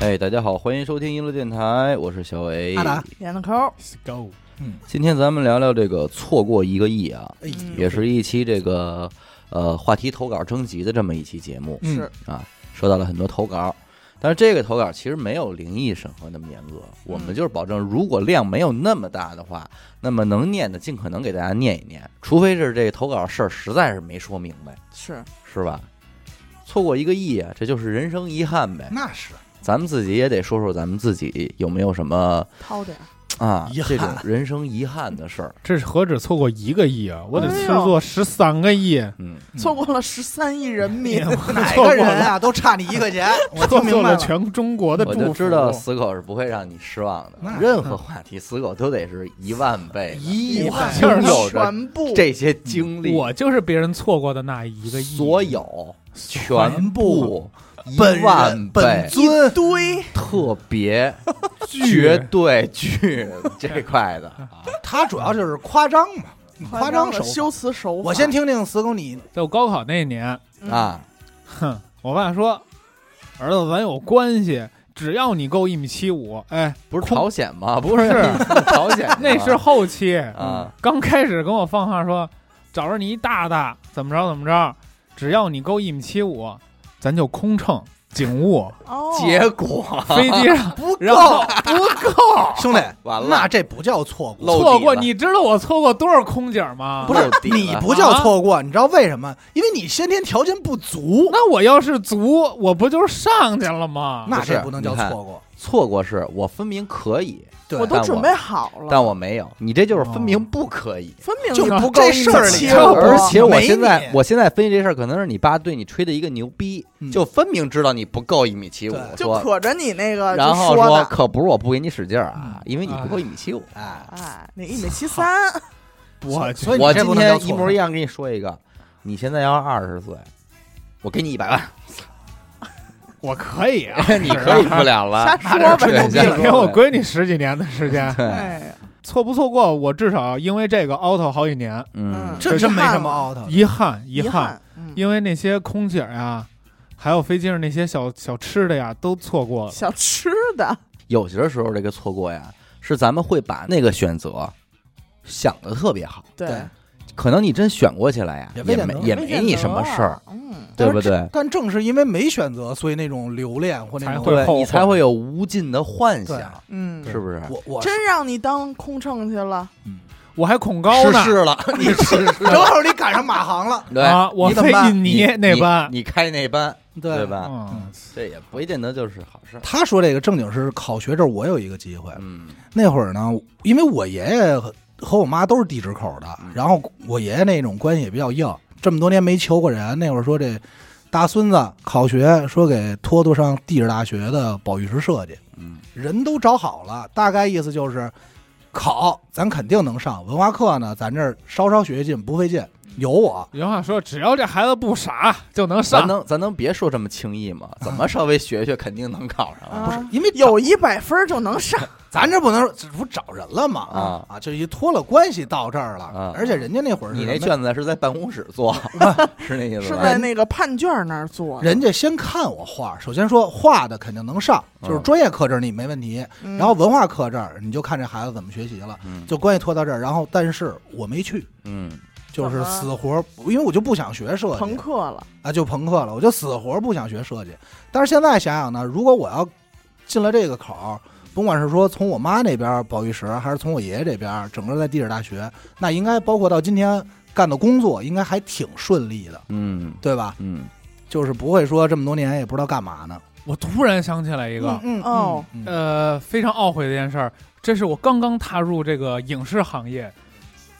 哎，大家好，欢迎收听一路电台，我是小伟。阿达演的抠， ，go，今天咱们聊聊这个错过一个亿啊，哎嗯也是一期这个呃话题投稿征集的这么一期节目嗯是啊，收到了很多投稿。但是这个投稿其实没有灵异审核那么严嗯格，我们就是保证，如果量没有那么大的话，那么能念的尽可能给大家念一念，除非是这个投稿事儿实在是没说明白，是，是吧？错过一个亿啊，这就是人生遗憾呗。那是咱们自己也得说说咱们自己有没有什么掏点儿，啊遗这憾种人生遗憾的事儿。这是何止错过一个亿啊！我得哎呦错过十三个亿，嗯，错过了十三亿人哎 民，哪错过了个人啊都差你一块 钱，我错听明过白了了，全中国的我祝就福。知道死狗是不会让你失望的那，任何话题死狗都得是一万倍的，一亿万就就是有着全部这些经历，我就是别人错过的那一个亿。所有全部一本万人倍本，一尊，堆，特别绝绝对剧这块的啊，他主要就是夸张嘛，夸张手的法。修辞手法，我先听听死狗你，在我高考那年，嗯，啊哼，我爸说：“儿子，咱有关系，只要你够一米七五。”哎，不是空朝鲜吗？不不是，朝鲜吗， 那是后期啊。刚开始跟我放话说，找着你一大大，怎么着怎么着，只要你够一米七五，咱就空乘、警务、哦，结果飞机上不然够后，不够。兄弟，完那了，这不叫错过，漏底错过，了你知道我错过多少空姐吗？不是漏底了啊你不叫错过，你知道为什么？因为你先天条件不足，那我要是足，我不就是上去了吗？那不这是不能叫你看错过，错过是我分明可以，对我，都准备好了，但我没有，你这就是分明哦不可以。分明就不不够这事儿一里米七就五不而且我没现在你我现在分析这事儿，可能是你爸对你吹的一个牛逼，嗯就分明知道你不够一米七五，对就说可着你那个，然后说说呢，可不是我不给你使劲儿啊，因为你哎不够一米七五。哎，哎，你一米七三，我所以你我这今不能叫天错一过模一样跟你说一个，你现在要二十岁，我给你一百万，我可以啊， 你可以不了了，瞎说吧对牛逼瞎了说给我呗，闺女十几年的时间对，哎，错不错过，我至少因为这个 out 好几年，嗯，这真没什么 out 的。遗憾遗遗憾，，嗯因为那些空姐呀，还有飞机上那些小小吃的呀，都错过了。小吃的，有些时候这个错过呀，是咱们会把那个选择想的特别好，对，可能你真选过起来呀，也也没没也啊没你什么事儿，，嗯，对不对？但正是因为没选择，所以那种留恋或那才种会后你悔才会有无尽的幻对想，嗯，是不是？我我真让你当空乘去了，我还恐高呢失事了，你失事正好你赶上马航了，对啊！我你怎么飞办印你尼那你班，你开那班，对吧？嗯，这也不一定能就是好事儿。他说这个正经是考学这儿，我有一个机会。嗯那会儿呢，因为我爷爷和和我妈都是地质口的嗯，然后我爷爷那种关系也比较硬，这么多年没求过人。那会儿说这大孙子考学，说给托托上地质大学的保育室设计，嗯人都找好了，大概意思就是考咱肯定能上，文化课呢咱这儿稍稍学进不费劲，嗯有我。原话说，只要这孩子不傻，就能咱上。能咱能别说这么轻易吗？怎么稍微学学肯定能考上啊？啊不是因为有一百分儿就能上，咱这不能说这不找人了吗？啊啊，这一脱了关系到这儿了，啊而且人家那会儿是你什那么呀卷子是在办公室做， 是那意思是吧？在那个判卷儿那儿做的，人家先看我画，首先说画的肯定能上，就是嗯专业课这儿你没问题，嗯然后文化课这儿你就看这孩子怎么学习了，嗯就关系拖到这儿。然后但是我没去，嗯就是怎么死活，因为我就不想学设朋计克了，啊，就朋克了，我就死活不想学设计。但是现在想想呢，如果我要进了这个口儿，甭管是说从我妈那边儿保育室，还是从我爷爷这边儿，整个在地质大学，那应该包括到今天干的工作，应该还挺顺利的，嗯对吧？嗯，就是不会说这么多年也不知道干嘛呢。我突然想起来一一个，嗯哦，嗯 嗯呃，非常懊悔的一件事儿，这是我刚刚踏入这个影视行业，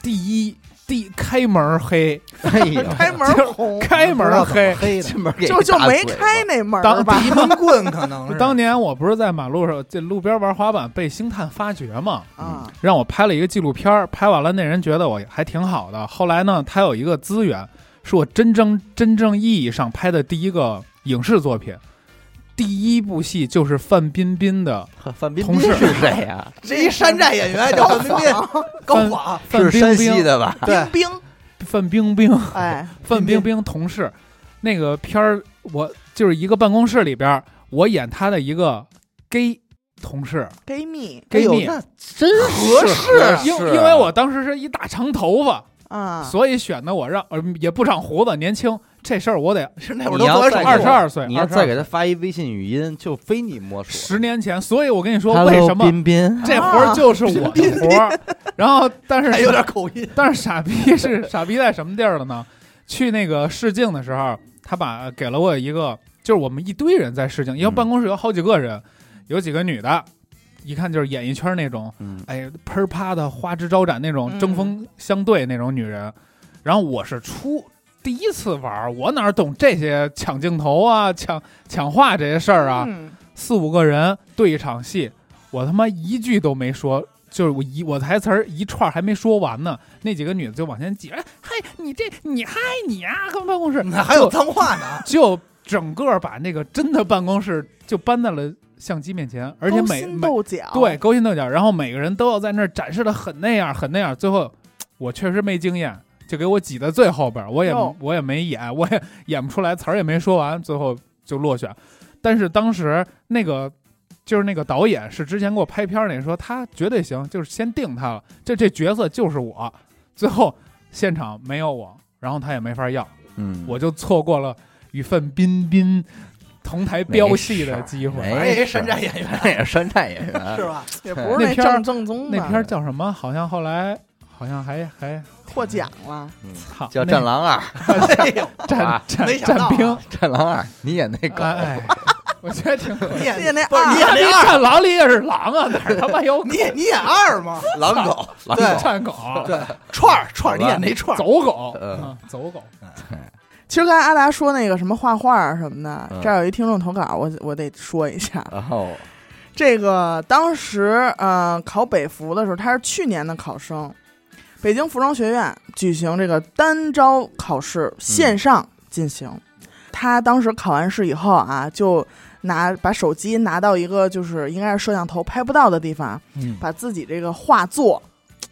第一第开门儿黑，哎呦，开门儿红，开门儿黑。黑的进门给就一就大没嘴巴开那门儿当吧？一闷棍可能是当年我不是在马路上这路边玩滑板被星探发掘嘛，啊，让我拍了一个纪录片儿，拍完了那人觉得我还挺好的。后来呢，他有一个资源，是我真正真正意义上拍的第一个影视作品，第一部戏就是范冰冰的呵范冰同冰事是谁啊呀？这一山寨演员叫范冰冰，高仿，范是冰山西冰，的吧？对，冰冰，范冰冰。哎，范冰冰同事，那个片儿，我就是一个办公室里边儿，我演她的一个 gay 同事闺蜜 gay 哎蜜呦，那真合适啊，因因为我当时是一大长头发，啊，所以选的我让呃也不长胡子，年轻这事儿我得是那会你儿都要多再少给我二十二岁，你要再给他他发一微信语音，就非你莫属。十年前，所以我跟你说 Hello，为什么彬彬，这活儿就是我的活儿。然后，但是还有点口音，但是傻逼是傻逼在什么地儿了呢？去那个试镜的时候，他把给了我一个，就是我们一堆人在试镜，因为嗯办公室有好几个人，有几个女的，一看就是演艺圈那种，嗯，哎，喷儿啪的花枝招展那种嗯针锋相对那种女人。然后我是初第一次玩儿，我哪懂这些抢镜头啊、抢抢话这些事儿啊？嗯四五个人对一场戏，我他妈一句都没说，就是我一我台词儿一串儿还没说完呢，那几个女的就往前挤，哎嗨，你这你嗨你啊，跟办公室嗯那还有脏话呢，就整个把那个真的办公室就搬到了相机面前，而且勾每心每斗角，对，勾心斗角，然后每个人都要在那儿展示的很那样很那样，最后我确实没经验。就给我挤在最后边儿，我也哟我也没演，我也演不出来，词儿也没说完，最后就落选。但是当时那个就是那个导演是之前给我拍片儿那人说他绝对行，就是先定他了，这这角色就是我。最后现场没有我，然后他也没法要，嗯，我就错过了与范彬彬同台飙戏的机会。没事儿哎，也是山寨演员 也是山寨演员，是吧？ 也不是那那片儿正正宗的，那片儿叫什么？好像后来好像还还获奖了，嗯操，叫《那战狼二》，哎呦，战啊战没想到战啊兵， 《战狼二》，你演那狗，哎，我觉得 挺可你惜。谢谢演那不是二你演那那二，战狼里也是狼啊，哪儿他妈有狗你演你演二 吗？狼狗， 狼对狗，战狗啊、对，串儿串儿，你演那串儿，走狗、嗯啊走狗，其实刚才阿达说那个什么画画啊什么的，嗯这儿有一听众投稿，我我得说一下。然后这个当时呃考北服的时候，他是去年的考生，北京服装学院举行这个单招考试，线上进行。他当时考完试以后啊，就拿把手机拿到一个就是应该是摄像头拍不到的地方，嗯，把自己这个画作，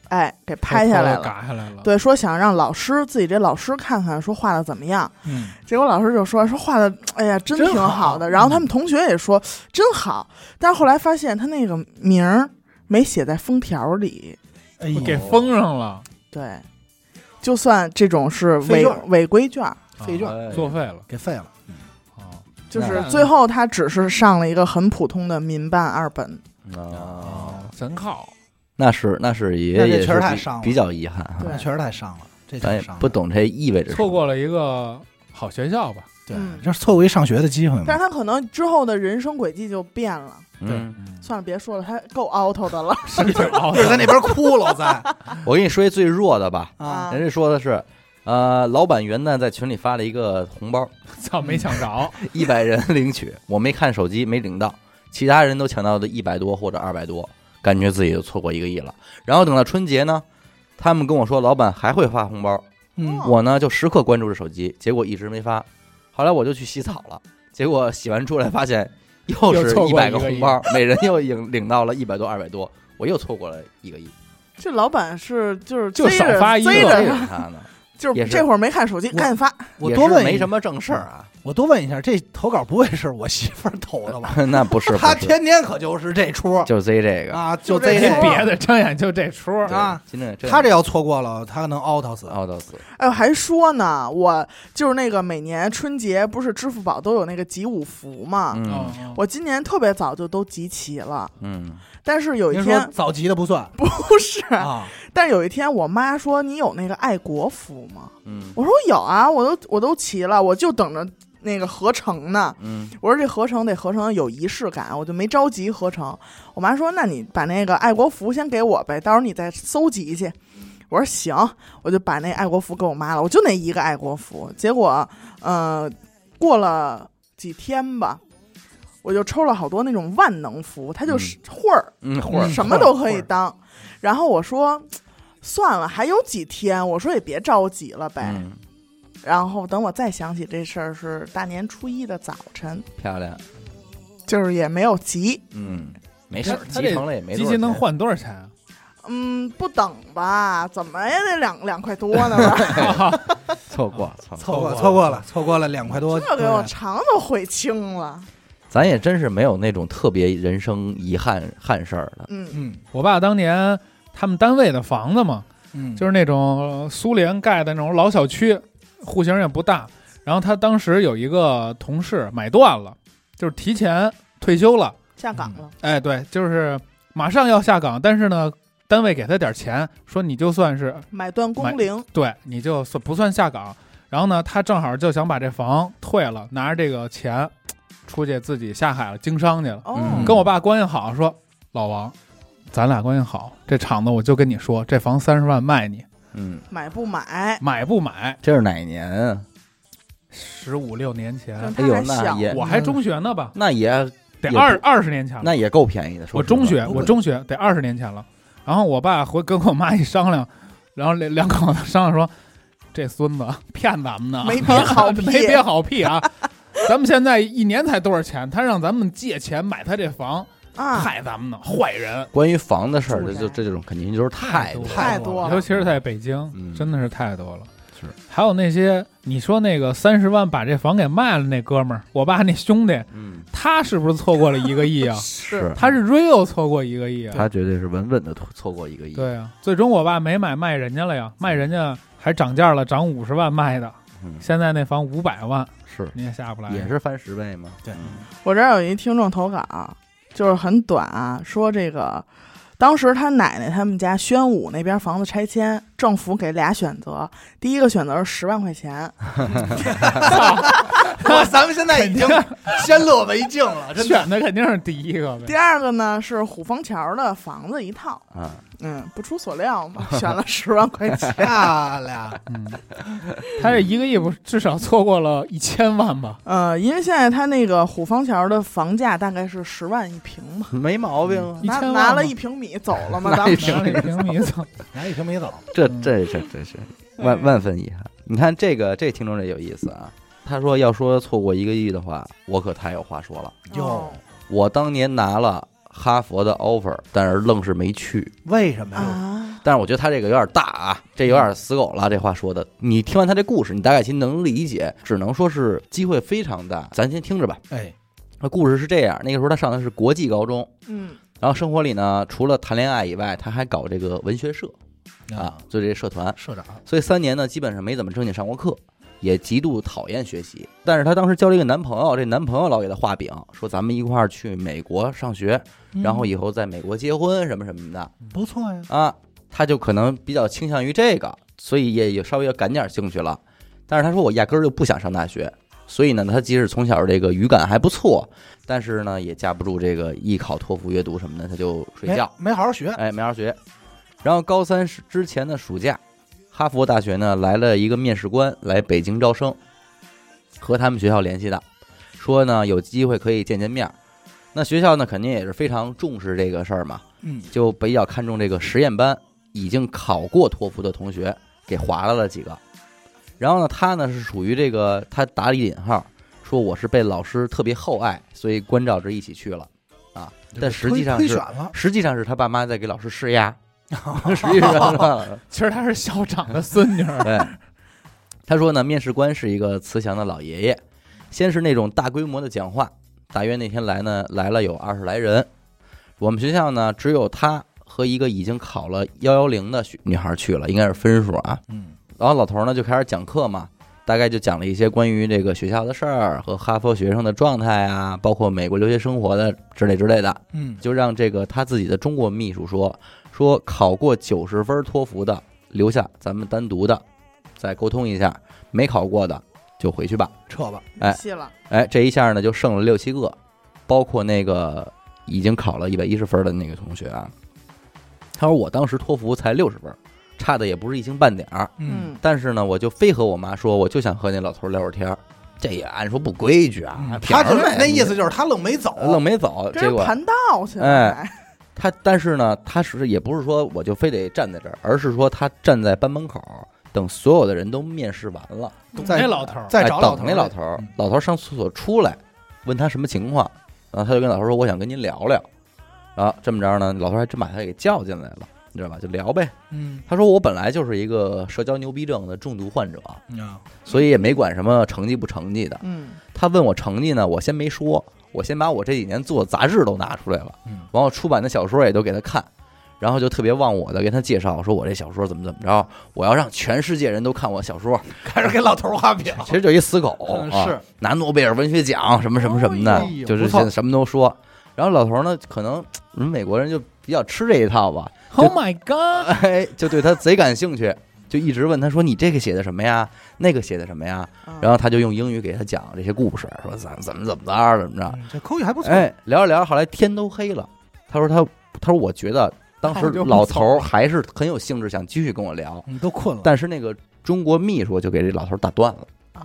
哎，给拍下来了。嘎下来了，，对，说想让老师自己这老师看看，说画的怎么样。嗯，结果老师就说说画的，哎呀，真真挺好的。然后他们同学也说真好，但是后来发现他那个名儿没写在封条里，我哎呦给封上了，对，就算这种是废伪卷儿违规卷儿，废卷哎作废了给废了，啊，就是那最后他只是上了一个很普通的民办二本。哦啊，真靠，那是那是也那这也确是实太比伤了比较遗憾啊，对确实太伤了，这咱挺也伤的，不懂这意味着什错么。过了一个好学校吧，对嗯，这是错过一上学的机会但嘛是。他可能之后的人生轨迹就变了。嗯，算了，别说了，他够 out 的了 是 挺好就是在的，那边哭了，在我跟你说一最弱的吧， 啊，人家说的是，呃，老板元旦在群里发了一个红包，操，没抢着，一百人 领取，我没看手机，没领到，其他人都抢到的一百多或者二百多，感觉自己就错过一个亿了。然后等到春节呢，他们跟我说老板还会发红包，嗯，我呢就时刻关注着手机，结果一直没发。后来我就去洗澡了，结果洗完出来发现又又是错过一百一个个红亿包，每人又领领到了一百多、二百多，我又错过了一个亿。这老板是就是就追少着发一个追这着个他，他呢，就是也是这会儿没看手机，我赶紧发。我也多是问没一什么正事儿啊。我多问一下，这投稿不会是我媳妇儿投的吧？那不 是，不她是天天可就是这出儿 就 Z 这个啊，就就这这没出出儿儿别的，睁眼就这出儿，啊，对今天她这要错过了，她能 out 死。奥德斯，哎呦，还说呢，我就是那个每年春节不是支付宝都有那个集五福嘛，嗯嗯，我今年特别早就都集齐了，嗯，但是有一您说天早急的不算不是，啊，但是有一天我妈说你有那个爱国服吗？嗯我说有啊，我都我都齐了，我就等着那个合成呢。嗯我说这合成得合成有仪式感，我就没着急合成。我妈说：“那你把那个爱国服先给我呗，到时候你再搜集去。”我说：“行。”我就把那爱国服给我妈了，我就那一个爱国服。结果，呃，过了几天吧，我就抽了好多那种万能服，它就是会儿、嗯，会儿什么都可以当。然后我说。算了，还有几天，我说也别着急了呗。嗯，然后等我再想起这事儿是大年初一的早晨，嗯漂亮，就是也没有急，嗯，没事儿，他他集这成了也没集多齐少能钱，换多少钱啊？嗯，不等吧，怎么也得两两块多呢 吧？错过，错过，过错过错过了，错过了两块多。这给我对肠都悔青了。咱也真是没有那种特别人生遗憾憾事儿的。嗯，嗯我爸当年他们单位的房子嘛，嗯，就是是那种呃苏联盖的那种老小区，户型也不大。然后他当时有一个同事买断了，就是提前退休了。下岗了，哎，对，就是马上要下岗，但是呢，单位给他点钱，说你就算是买断工龄，对，你就算不算下岗？然后呢，他正好就想把这房退了，拿着这个钱出去自己下海了，经商去了。哦，嗯跟我爸关系好，说老王，咱俩关系好，这厂子我就跟你说，这房三十万卖你，嗯，买不买？买不买？这是哪一年啊？十五六年前，哎他呦，还那小，啊也我还中学呢吧，那也也得不二二十年前了。嗯那也够便宜的。说我实话中学，不我会中学得二十年前了。然后我爸回跟我妈一商量，然后两两口子商量说，这孙子骗咱们呢，没憋好屁 没憋好屁啊！咱们现在一年才多少钱？他让咱们借钱买他这房，啊，害咱们呢，坏人！关于房的事儿，住这宅就这种肯定就是太多多了了太多了尤其是在北京，嗯真的是太多了。是，还有那些你说那个三十万把这房给卖了那哥们儿，我爸那兄弟，嗯，？他是不是错过了一个亿啊 是他是 real 错过一个亿啊？他绝对是稳稳的错过一个亿。对啊，最终我爸没买，卖人家了呀，卖人家还涨价了，涨五十万卖的，嗯，现在那房五百万，是你也下不来。也是翻十倍吗？对嗯我这儿有一听众投稿，就是很短啊，说这个当时他奶奶他们家宣武那边房子拆迁，政府给俩选择，第一个选择是十万 块钱， 哇咱们现在已经先乐为敬了，真的。选的肯定是第一个呗第。二个呢是虎坊桥的房子一套，啊，嗯，不出所料嘛， 选了十万块钱。漂亮，嗯，他这一个亿不是至少错过了一千万吧？呃，因为现在他那个虎坊桥的房价大概是十万一平嘛，没毛病啊。一拿千万拿吗了一平米走了嘛，拿咱一们平拿了一 平米走，拿一瓶没走，这嗯这这这是万万分遗憾。你看这个这听众这有意思啊，他说要说错过一个亿的话，我可太有话说了。哦哟，我当年拿了哈佛的 offer，但是愣是没去。为什么呀？啊，但是我觉得他这个有点大啊，这有点死狗了。这话说的，你听完他这故事，你大概其能理解，只能说是机会非常大。咱先听着吧。哎，那故事是这样，那个时候他上的是国际高中，嗯，然后生活里呢，除了谈恋爱以外，他还搞这个文学社啊，，就这社团。社长，所以三年呢，基本上没怎么正经上过课，也极度讨厌学习。但是她当时交了一个男朋友，这男朋友老给她画饼，说咱们一块儿去美国上学，然后以后在美国结婚什么什么的嗯不错呀，啊，她就可能比较倾向于这个，所以也也稍微要感点兴趣了。但是她说我压根儿就不想上大学，所以呢，她即使从小这个语感还不错，但是呢也架不住这个艺考、托福、阅读什么的，她就睡没觉。没好好学，哎，没好好学。然后高三时之前的暑假，哈佛大学呢来了一个面试官来北京招生，和他们学校联系的，说呢有机会可以见见面儿。那学校呢肯定也是非常重视这个事儿嘛，嗯，就比较看重这个实验班已经考过托福的同学给划拉了几个。然后呢，他呢是属于这个，他打引号说我是被老师特别厚爱，所以关照着一起去了。啊但实际上推是推选了，实际上是他爸妈在给老师施压，实际上是 其实他是校长的孙女儿。对。他说呢，面试官是一个慈祥的老爷爷，先是那种大规模的讲话，大约那天来呢来了有二十来人。我们学校呢只有他和一个已经考了幺幺零的女孩去了，应该是分数啊。嗯，然后老头儿呢就开始讲课嘛，大概就讲了一些关于这个学校的事儿和哈佛学生的状态啊，包括美国留学生活的之类之类的。嗯，就让这个他自己的中国秘书说说考过九十分托福的留下，咱们单独的再沟通一下；没考过的就回去吧。撤吧，哎谢了，哎，这一下呢就剩了六七个，包括那个已经考了一百一十分的那个同学啊。他说我当时托福才六十分，差的也不是一星半点儿。嗯，但是呢，我就非和我妈说，我就想和那老头聊会儿天儿。这也按说不规矩 啊，嗯他就凭是什么呀那意思就是他愣没走，愣没走，结跟人果盘道去了，哎还他但是呢，他是也不是说我就非得站在这儿，而是说他站在班门口，等所有的人都面试完了，在那老头儿，再找哎老等头儿那去老头儿嗯，老头儿上厕所出来，问他什么情况，啊然后他就跟老头儿说我想跟您聊聊，然后这么着呢，老头儿还真把他给叫进来了，你知道吧？就聊呗。嗯他说我本来就是一个社交牛逼症的重度患者，啊所以也没管什么成绩不成绩的。嗯他问我成绩呢，我先没说，我先把我这几年做杂志都拿出来了，嗯完我出版的小说也都给他看，然后就特别忘我的给他介绍，说我这小说怎么怎么着，我要让全世界人都看我小说。开始给老头儿画饼，其实就一死狗嗯啊， 是拿诺贝尔文学奖什么什么什么的哎，呦就是不错现在什么都说。然后老头呢，可能人美国人就比较吃这一套吧， Oh my god！哎，就对他贼感兴趣，就一直问他说：“你这个写的什么呀？那个写的什么呀？”啊然后他就用英语给他讲这些故事，说怎么怎么怎么着，怎么着。嗯这口语还不错。哎，聊着聊着，后来天都黑了。他说他他说我觉得当时他就不老头儿还是很有兴致，想继续跟我聊，你嗯都困了，但是那个中国秘书就给这老头儿打断了，啊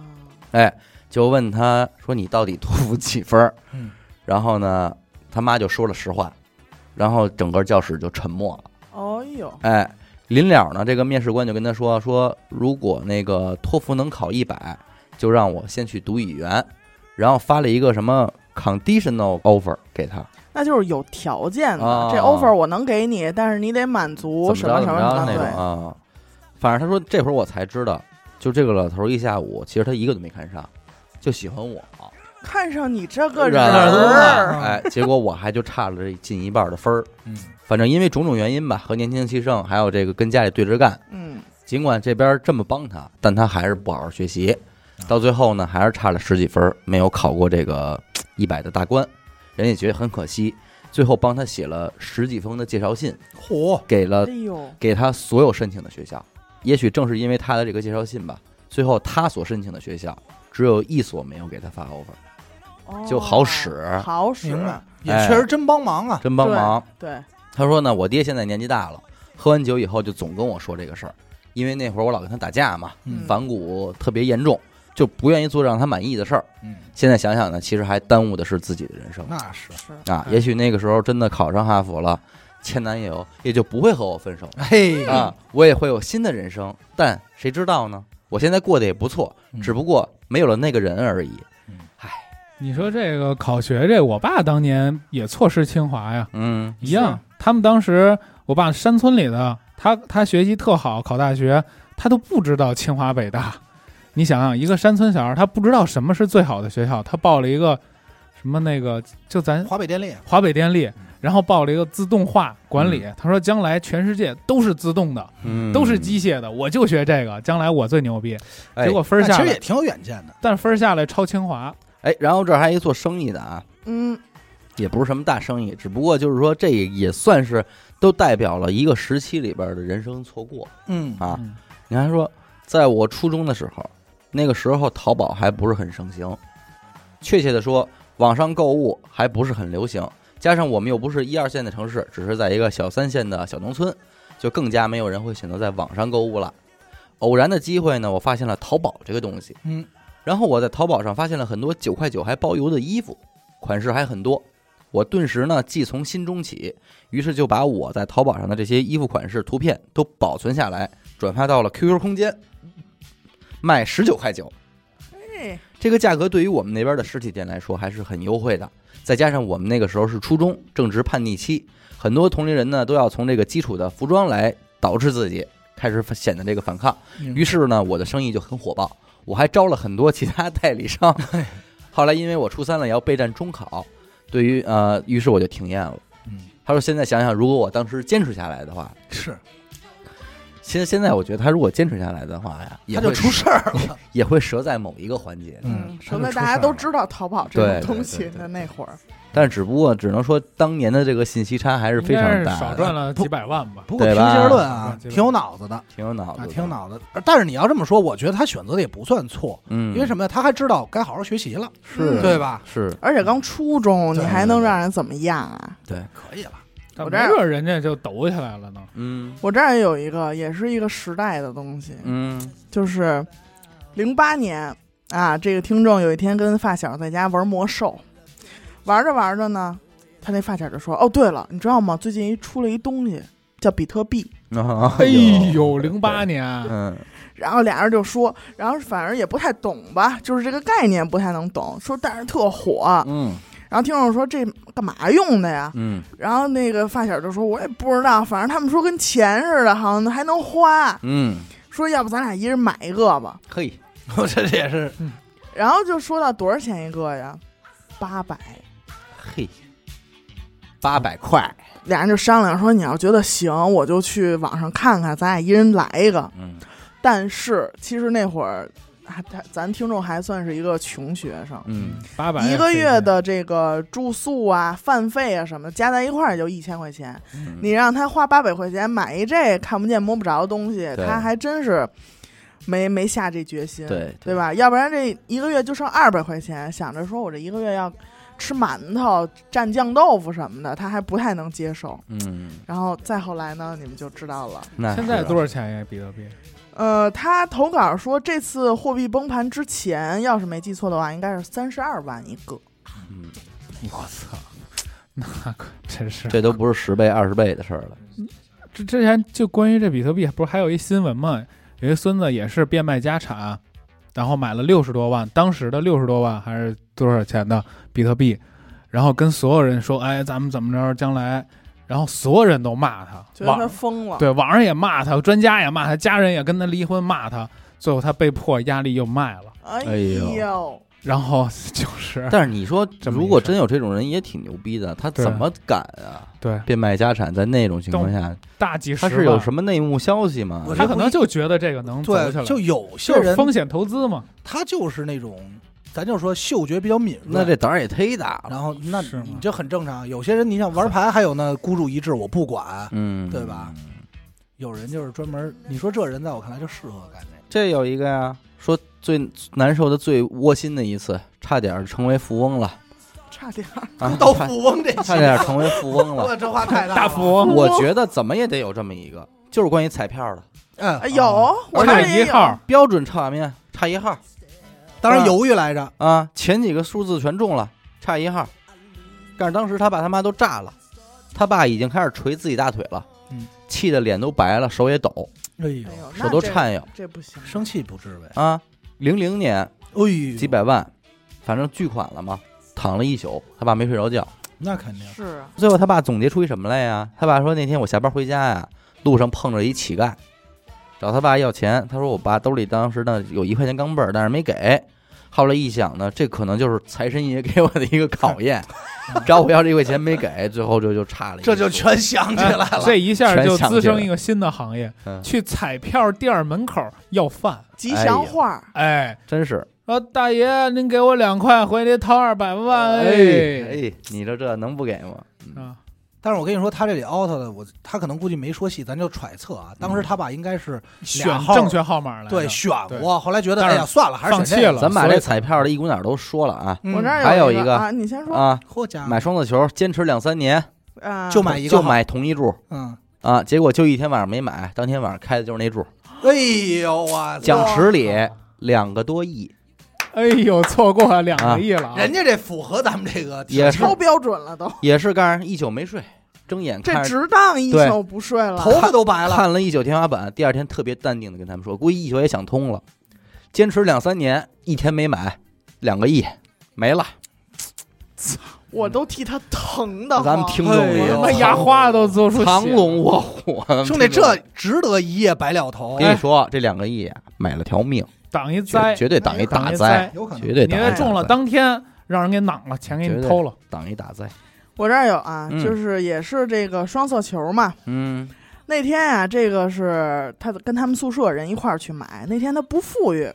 哎，就问他说你到底托福几分儿？嗯然后呢，他妈就说了实话，然后整个教室就沉默了。哎呦，哎，临了呢，这个面试官就跟他说说，如果那个托福能考一百，就让我先去读语言，然后发了一个什么 conditional offer 给他，那就是有条件的。啊这 offer 我能给你，但是你得满足怎么什么着怎么着那什么什种么对。啊。反正他说这会儿我才知道，就这个老头一下午，其实他一个都没看上，就喜欢我。看上你这个人人儿儿，啊哎，结果我还就差了这近一半的分儿。嗯反正因为种种原因吧，和年轻气盛，还有这个跟家里对着干，嗯，尽管这边这么帮他，但他还是不好好学习，啊到最后呢，还是差了十几分儿，没有考过这个一百的大关，人也觉得很可惜。最后帮他写了十几封的介绍信，嚯，给了哎呦，给他所有申请的学校。也许正是因为他的这个介绍信吧，最后他所申请的学校只有一所没有给他发 offer，哦就好使，好使，明白，也哎确实真帮忙啊。真帮忙。对，他说呢，我爹现在年纪大了，喝完酒以后就总跟我说这个事儿，因为那会儿我老跟他打架嘛，嗯反骨特别严重，就不愿意做让他满意的事儿。嗯，现在想想呢，其实还耽误的是自己的人生那是，是啊。嗯也许那个时候真的考上哈佛了，前男友也就不会和我分手嘿啊，我也会有新的人生。但谁知道呢？我现在过得也不错，只不过没有了那个人而已。你说这个考学这，我爸当年也错失清华呀，嗯一样。他们当时，我爸山村里的，他他学习特好，考大学，他都不知道清华北大。你想啊想，一个山村小孩，他不知道什么是最好的学校，他报了一个什么那个，就咱嗯华北电力，啊华北电力，嗯然后报了一个自动化管理。他说将来全世界都是自动的，嗯都是机械的，我就学这个，将来我最牛逼。哎结果分那儿下其来，实也挺有远见的。但分儿下来超清华，哎，然后这儿还有一做生意的啊，嗯，也不是什么大生意，只不过就是说这也算是都代表了一个时期里边的人生错过嗯啊。嗯你还说，在我初中的时候，那个时候淘宝还不是很盛行，确切的说，网上购物还不是很流行，加上我们又不是一二线的城市，只是在一个小三线的小农村，就更加没有人会选择在网上购物了。偶然的机会呢，我发现了淘宝这个东西，嗯，然后我在淘宝上发现了很多九块九还包邮的衣服，款式还很多。我顿时呢计从心中起，于是就把我在淘宝上的这些衣服款式、图片都保存下来，转发到了 QQ 空间，卖十九块九。哎，这个价格对于我们那边的实体店来说还是很优惠的。再加上我们那个时候是初中，正值叛逆期，很多同龄人呢都要从这个基础的服装来捯饬自己，开始显得这个反抗。于于是呢，我的生意就很火爆，我还招了很多其他代理 商。后来因为我初三了，也要备战中考，对于呃，于是我就停业了。嗯他说：“现在想想，如果我当时坚持下来的话，是，其实现在我觉得他如果坚持下来的话呀，也他就会出事儿了。也会折在某一个环节。嗯说在大家都知道淘宝这对种东西对对对的那会儿，但是只不过只能说当年的这个信息差还是非常应该是大少的，赚了几百万吧。不过对平吧心而论啊，对挺有脑子的挺有脑子啊，的，挺有脑子的。但是你要这么说，我觉得他选择的也不算错，嗯，因为什么？么呀？他还知道该好好学习了，是，对吧？是，而且刚初中，你对还能让人怎么样啊？对，可以了，但我这没儿准人家就抖起来了呢。嗯我这儿也有一个，也是一个时代的东西，嗯就是零八年啊，这个听众有一天跟发小在家玩魔兽，玩着玩着呢，他那发小就说：“哦，对了，你知道吗？最近一出了一东西叫比特币。”啊哎 呦，零八，年，嗯然后俩人就说，然后反正也不太懂吧，就是这个概念不太能懂，说但是特火。嗯，然然后听众说这干嘛用的呀？嗯然后那个发小就说我也不知道，反正他们说跟钱似的，好像还能花。嗯，说要不咱俩一人买一个吧。可以， 我这也是然后就说到多少钱一个呀？八百。嘿，八百块，俩人就商量说，你要觉得行，我就去网上看看，咱俩一人来一个。嗯但是其实那会儿，还还咱听众还算是一个穷学生，嗯，八百一个月的这个住宿啊、饭费啊什么的，加在一块儿也就一千块钱。嗯你让他花八百块钱买一这看不见摸不着的东西，对他还真是没没下这决心，对对？吧？要不然这一个月就剩二百块钱，想着说我这一个月要吃馒头蘸酱豆腐什么的，他还不太能接受。嗯，然后再后来呢，你们就知道了。那现是在啊多少钱呀？比特币？呃，他投稿说这次货币崩盘之前，要是没记错的话，应该是三十二万一个。嗯我操， 那可真是这都不是十倍二十倍的事儿了。这之前就关于这比特币，不是还有一新闻吗？有一孙子也是变卖家产，然后买了六十多万，当时的六十多万还是多少钱的比特币，然后跟所有人说：“哎，咱们怎么着，将来。”然后所有人都骂他，觉得网他疯了，对网上也骂他，专家也骂他，家人也跟他离婚骂他，最后他被迫压力又卖了，哎哎呦呦，然后就是但是你说，这么一如果哎事儿真有这种人，也挺牛逼的，他对怎么敢啊？对变卖家产，在那种情况下，大几十他万，是有什么内幕消息吗？我他可能就觉得这个能走起来，对，就有些是人风险投资嘛，他就是那种，咱就说嗅觉比较敏锐。那这胆儿也忒大了，然后那是吗你这很正常。有些人你想玩牌，还有那孤注一掷，我不管。嗯，对吧？有人就是专门，你说这人在我看来就适合干这个。这有一个呀，说最难受的、最窝心的一次，差点成为富翁了差点儿 啊，到差富翁这差点成为富翁了。我这话太大富翁，我觉得怎么也得有这么一个，就是关于彩票的嗯哎，有，我而看见且也一号有，标准差面，差一号当然犹豫来着，啊，前几个数字全中了，差一号，但是当时他爸他妈都炸了，他爸已经开始捶自己大腿了，嗯气的脸都白了，手也抖，哎呦哎，呦，那手都这，颤悠这不行，生气不至为，啊。零零年哎呦，几，百万，反正巨款了嘛，躺了一宿，他爸没睡着觉。那肯定，是啊，最后他爸总结出一什么来呀？他爸说那天我下班回家呀，路上碰着一乞丐，找他爸要钱。他说我爸兜里当时呢有一块钱钢镚儿，但是没给。后来一想呢，这可能就是财神爷给我的一个考验，找我要这块钱没给，最后就就差了一。 这就。全想起来了。哎这一下全就想滋起来生一个新的行业，嗯，去彩票店儿门口要饭。吉祥话儿，哎，真是，说大爷，您给我两块，回去掏二百万。哎，哎，你说这能不给吗？哎嗯啊，但是我跟你说，他这里 out 的，我他可能估计没说细，咱就揣测啊。当时他爸应该是选号正确号码来着。对选对过，后来觉得但哎是呀算了，还是放选弃这个了咱把所以这彩票的一股脑都说了啊嗯我这儿还有一一个啊，你先说啊！嚯家伙买双色球，坚持两三年，啊，就买一个就号买同一注嗯，啊，结果就一天晚上没买，当天晚上开的就是那注，哎呦我操讲池里两个多亿，哎呦，错过两个亿了啊。 人家这符合咱们这个也是超标准了都，也是干一宿没睡，睁眼这看值当一对宿不睡了头，发都白了，看了一宿天花板，第二天特别淡定的跟他们说，估计一宿也想通了，坚持两三年，一天没买，两个亿没了，我都替他疼的。咱们听众哎也呦他妈牙花都做出血藏龙卧虎，兄弟这哎值得一夜白了头我，跟你说，这两个亿啊买了条命，挡一绝灾，绝对挡一大挡一灾，灾。有可能绝对你挡一大要灾，中了，当天让人给囊了，钱给绝你对偷了。挡一大灾，我这儿有啊，嗯就是也是这个双色球嘛。嗯那天啊，这个是他跟他们宿舍人一块儿去买，那天他不富裕，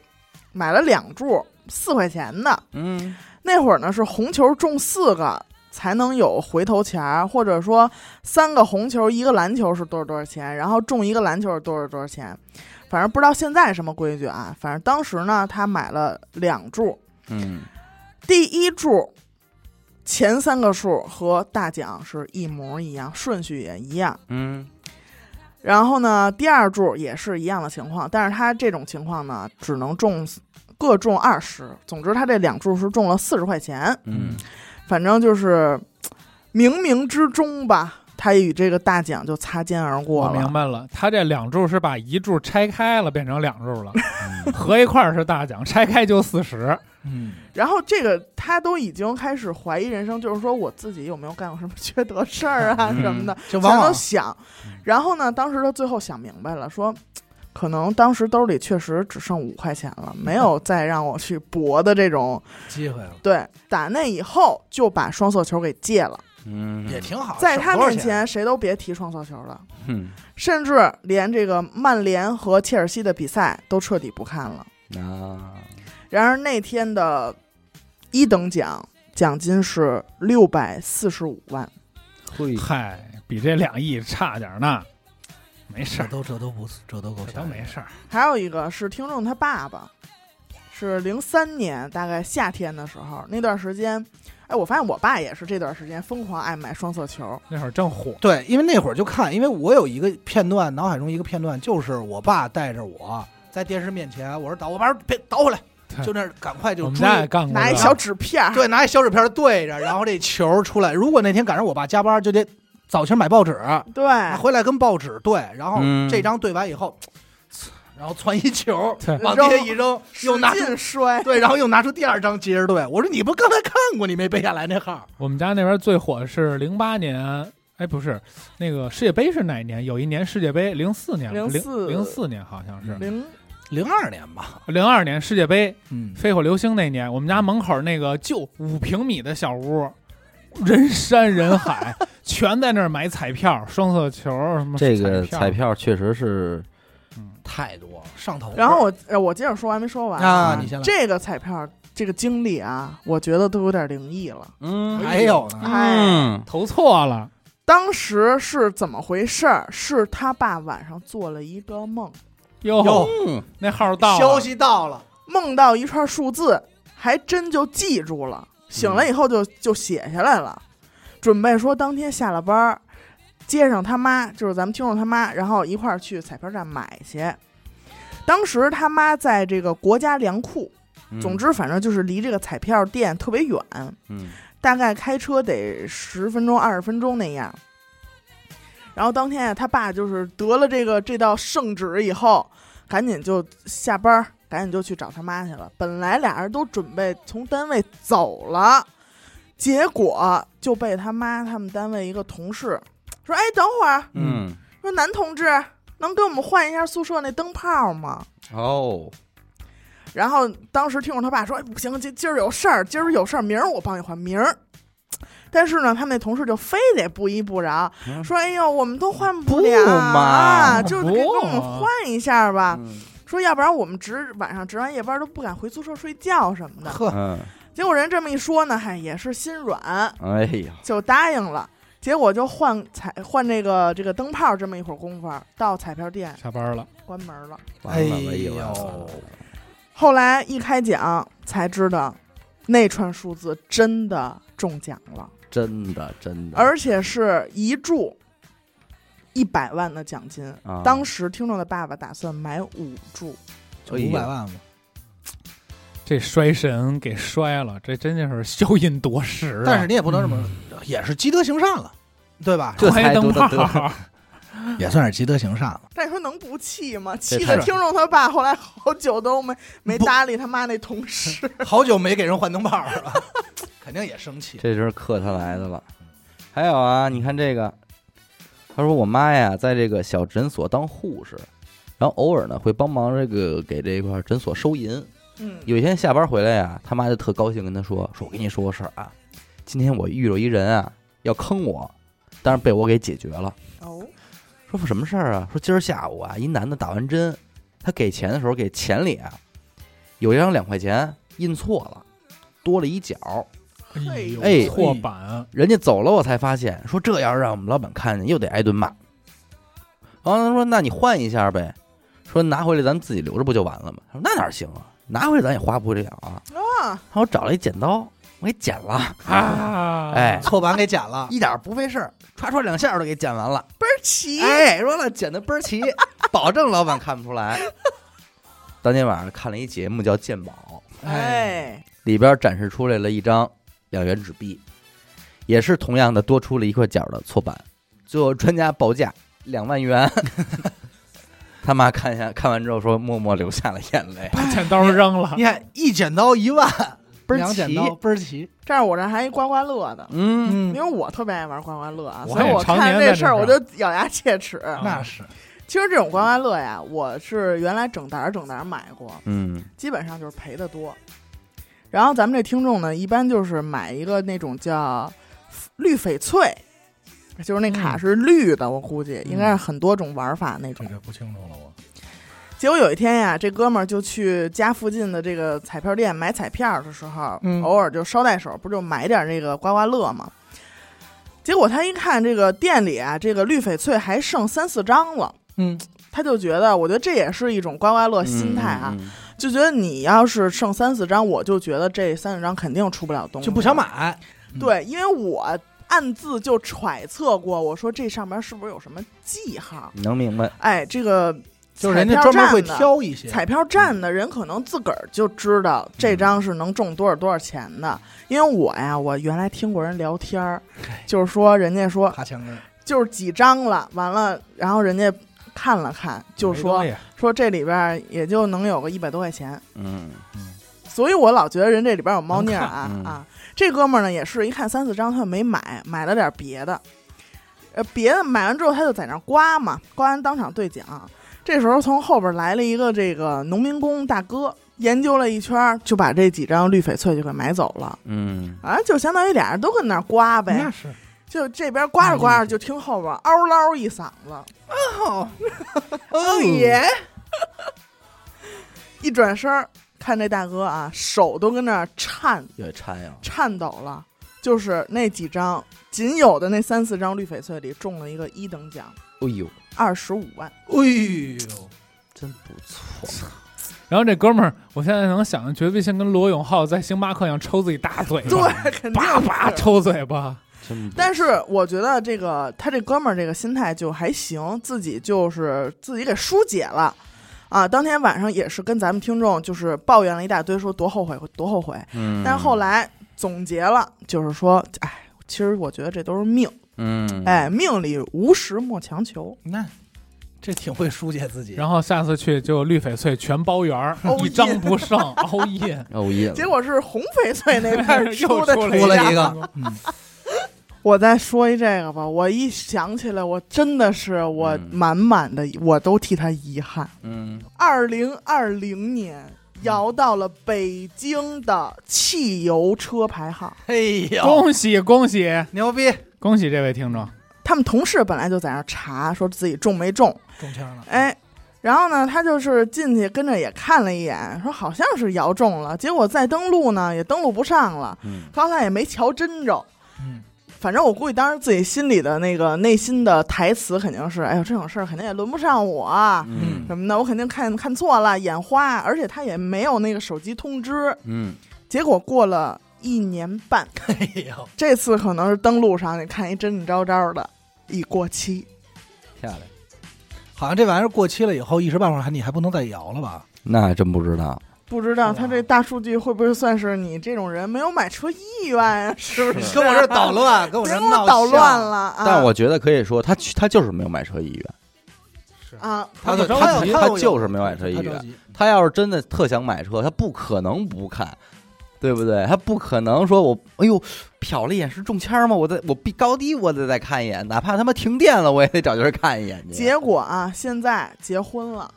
买了两注四块钱的。嗯那会儿呢是红球中四个才能有回头钱儿，或者说三个红球一个蓝球是多少多少钱，然后中一个蓝球是多少多少钱，反正不知道现在什么规矩啊。反正当时呢，他买了两注，嗯，第一注前三个数和大奖是一模一样，顺序也一样。嗯然后呢，第二注也是一样的情况，但是他这种情况呢，只能中各中二十。总之，他这两注是中了四十块钱。嗯反正就是冥冥之中吧，他也与这个大奖就擦肩而过我了明。白了，他这两注是把一注拆开了，变成两注了，嗯合一块儿是大奖，拆开就四十。嗯，然后这个他都已经开始怀疑人生，就是说我自己有没有干过什么缺德事儿啊嗯什么的，就往全都往想。然后呢，当时他最后想明白了，说可能当时兜里确实只剩五块钱了，没有再让我去搏的这种。机会了，对，打那以后就把双色球给戒了，嗯，也挺好。在他啊省多少面钱，前谁都别提双色球了，嗯甚至连这个曼联和切尔西的比赛都彻底不看了。啊，然而那天的一等奖奖金是六百四十五万，会嗨，比这两亿差点儿呢，没事这儿，都这都不这都够这呛都没事儿。还有一个是听众他爸爸，是零三年大概夏天的时候，那段时间，哎，我发现我爸也是这段时间疯狂爱买双色球，那会儿正火，对，因为那会儿就看，因为我有一个片段，脑海中一个片段就是我爸带着我在电视面前，我说倒，我爸说别倒回来，对就那儿赶快就我们追家也干过拿这一个小纸片儿，对，拿一小纸片儿对着，然后这球出来。如果那天赶上我爸加班，就得早前买报纸， 对，回来跟报纸对，然后嗯这张对完以后，然后窜一球对 往地下一扔，又拿使出劲摔，对，然后又拿出第二张接着对。我说你不刚才看过你没背下来那号？我们家那边最火的是零八年，哎，不是，那个世界杯是哪一年？有一年世界杯，零四年，零04零四年好像是，零零二年吧，零二年世界杯嗯，飞火流星那年，我们家门口那个就五平米的小屋，人山人海， 全在那儿买彩票、双色球什么这个彩彩票，票确实是太多了上头。然后我呃我接着说，还没说完啊你先来这个彩票这个经历啊，我觉得都有点灵异了。嗯还有呢，哎，嗯投错了，当时是怎么回事儿？是他爸晚上做了一个梦，哎哟，哟嗯那号到了消息到了，梦到一串数字，还真就记住了。醒嗯了以后就就写下来了，准备说当天下了班儿，接上他妈，就是咱们听众他妈，然后一块儿去彩票站买去。当时他妈在这个国家粮库，嗯总之反正就是离这个彩票店特别远，嗯大概开车得十分钟、二十分钟那样。然后当天啊，他爸就是得了这个这道圣旨以后，赶紧就下班儿，赶紧就去找他妈去了。本来俩人都准备从单位走了，结果就被他妈他们单位一个同事说：“哎，等会儿，嗯说男同志能给我们换一下宿舍那灯泡吗？”哦然后当时听众他爸说：“哎，不行，今今儿有事儿，今儿有事儿，明儿我帮你换，明儿。”但是呢，他们那同事就非得不依不饶，嗯说：“哎呦，我们都换不了嘛啊，就是给不我们换一下吧。嗯说要不然我们值晚上值完夜班都不敢回宿舍睡觉什么的。呵，嗯结果人这么一说呢，嗨，也是心软，哎呀就答应了。结果就换彩换这个这个灯泡，这么一会儿功夫，到彩票店下班了，关门了。完了哎呦完了完了后来一开奖才知道，那串数字真的中奖了，真的真的而且是一注一百万的奖金。啊当时听众的爸爸打算买五注，就哎五百呀万嘛。这摔神给摔了，这真就是消音夺食、啊。但是你也不能这么，也是积德行善了，对吧？这摔才灯多泡得儿，也算是积德行善了。但你说能不气吗？这气太的听众他爸后来好久都没没不搭理他妈那同 事。好久没给人换灯泡了， 肯定也生气。这就是克他来的了。还有啊，你看这个，他说我妈呀，在这个小诊所当护士，然后偶尔呢会帮忙这个给这一块诊所收银。嗯，有一天下班回来呀、他妈就特高兴跟他说：“说我跟你说个事儿啊，今天我遇着一人啊要坑我，但是被我给解决了。哦，说什么事儿啊？说今儿下午啊，一男的打完针，他给钱的时候给钱里啊有一张两块钱印错了，多了一角。”哎呦，哎错版，人家走了，我才发现，说这要是让我们老板看见，又得挨顿骂。然后他说：“那你换一下呗。”说拿回来咱们自己留着不就完了吗？他说：“那哪行啊，拿回来咱也花不了啊。”啊，他说：“我找了一剪刀，我给剪了，啊，哎错版给剪了， 一点不费事儿，唰唰两下儿都给剪完了。倍儿齐。哎，说了剪的倍儿齐， 保证老板看不出来。当天晚上看了一节目叫《鉴宝》，哎，里边展示出来了一张两元纸币，也是同样的多出了一块角的错版。最后专家报价两万元。 他妈看下看完之后说，默默流下了眼泪。把剪刀扔了你，看一剪刀一万， 倍儿两剪齐刀倍儿齐。这样我这还一刮刮乐呢，嗯，因嗯，为我特别爱玩刮刮乐啊，我所以也我常年看在这这事儿上啊我就咬牙切齿。那是其实这种刮刮乐呀，我是原来整单整单买过，嗯，基本上就是赔的多。然后咱们这听众呢，一般就是买一个那种叫绿翡翠，就是那卡是绿的，我估计应该是很多种玩法那种。个不清楚了，我结果有一天呀，这哥们儿就去家附近的这个彩票店买彩票的时候，嗯偶尔就捎带手，不就买点这个刮刮乐嘛。结果他一看这个店里啊，这个绿翡翠还剩三四张了，嗯，他就觉得，我觉得这也是一种刮刮乐心态啊，嗯，嗯嗯就觉得你要是剩三四张，我就觉得这三四张肯定出不了东西，就不想。买。嗯对，因为我暗自就揣测过，我说这上面是不是有什么记号？能明白。哎，这个就是人家专门会彩票站的挑一些，彩票站的人可能自个儿就知道这张是能中多少多少钱的，因为我呀，我原来听过人聊天儿，就是说人家说爬墙根儿，就是几张了，完了，然后人家看了看，就说没东西说这里边儿也就能有个一百多块钱，嗯，所以我老觉得人这里边有猫腻儿啊能看嗯啊！这哥们儿呢也是一看三四张，他就没买，买了点别的，呃，别的买完之后他就在那儿刮嘛，刮完当场兑奖。这时候从后边来了一个这个农民工大哥，研究了一圈儿，就把这几张绿翡翠就给买走了。嗯，啊，就相当于俩人都跟那儿刮呗那，是就这边刮着刮着，嗯就听后边嗷唠一嗓子，哎哦耶！ 一转身儿看这大哥啊，手都跟那儿颤有点啊馋呀。颤抖了，就是那几张仅有的那三四张绿翡翠里中了一个一等奖，哎呦，二十五万。哎呦，真不错。然后这哥们儿，我现在能想象，绝对像跟罗永浩在星巴克一样抽自己大嘴巴，对， 肯定嗯 叭叭是抽嘴巴，真不但是我觉得这个他这哥们儿这个心态就还行，自己就是自己给疏解了。啊，当天晚上也是跟咱们听众就是抱怨了一大堆，说多后悔，多后悔。嗯，但后来总结了，就是说，哎，其实我觉得这都是命，嗯，哎，命里无时莫强求。那这挺会疏解自己。然后下次去就绿翡翠全包圆儿哦，一张不剩，熬夜。熬夜了。结果是红翡翠那边 又出的出出这了样一个，嗯，我再说一这个吧，我一想起来，我真的是我嗯满满的，我都替他遗憾。嗯，二零二零年摇到了北京的汽油车排行，嘿哎呦，恭喜恭喜牛逼，恭喜这位听众！他们同事本来就在那儿查，说自己中没中，中枪了，哎，然后呢，他就是进去跟着也看了一眼，说好像是摇中了，结果再登录呢也登录不上了，嗯刚才也没瞧真着。嗯，反正我估计当时自己心里的那个内心的台词肯定是，哎呦，这种事儿肯定也轮不上我啊、嗯什么的，我肯定看看错了，眼花，而且他也没有那个手机通知。嗯，结果过了一年半，哎呦，这次可能是登录上，你看一真真招招的，已过期。漂亮。好像这玩意儿过期了以后，一时半会儿还你还不能再摇了吧？那还真不知道，不知道是吧他这大数据会不会算是你这种人没有买车意愿啊？是不是？跟我这儿 捣乱，跟我这别儿给我闹捣乱笑了啊！但我觉得可以说，他去他就是没有买车意愿，啊，他就他他着急他他就是没买车意他愿着急他要是真的特想买车，他不可能不看，对不对？他不可能说我哎呦瞟了一眼是中签吗？我再我比高低我得再看一眼，哪怕他妈停电了我也得找地儿看一眼去。结果啊，现在结婚了，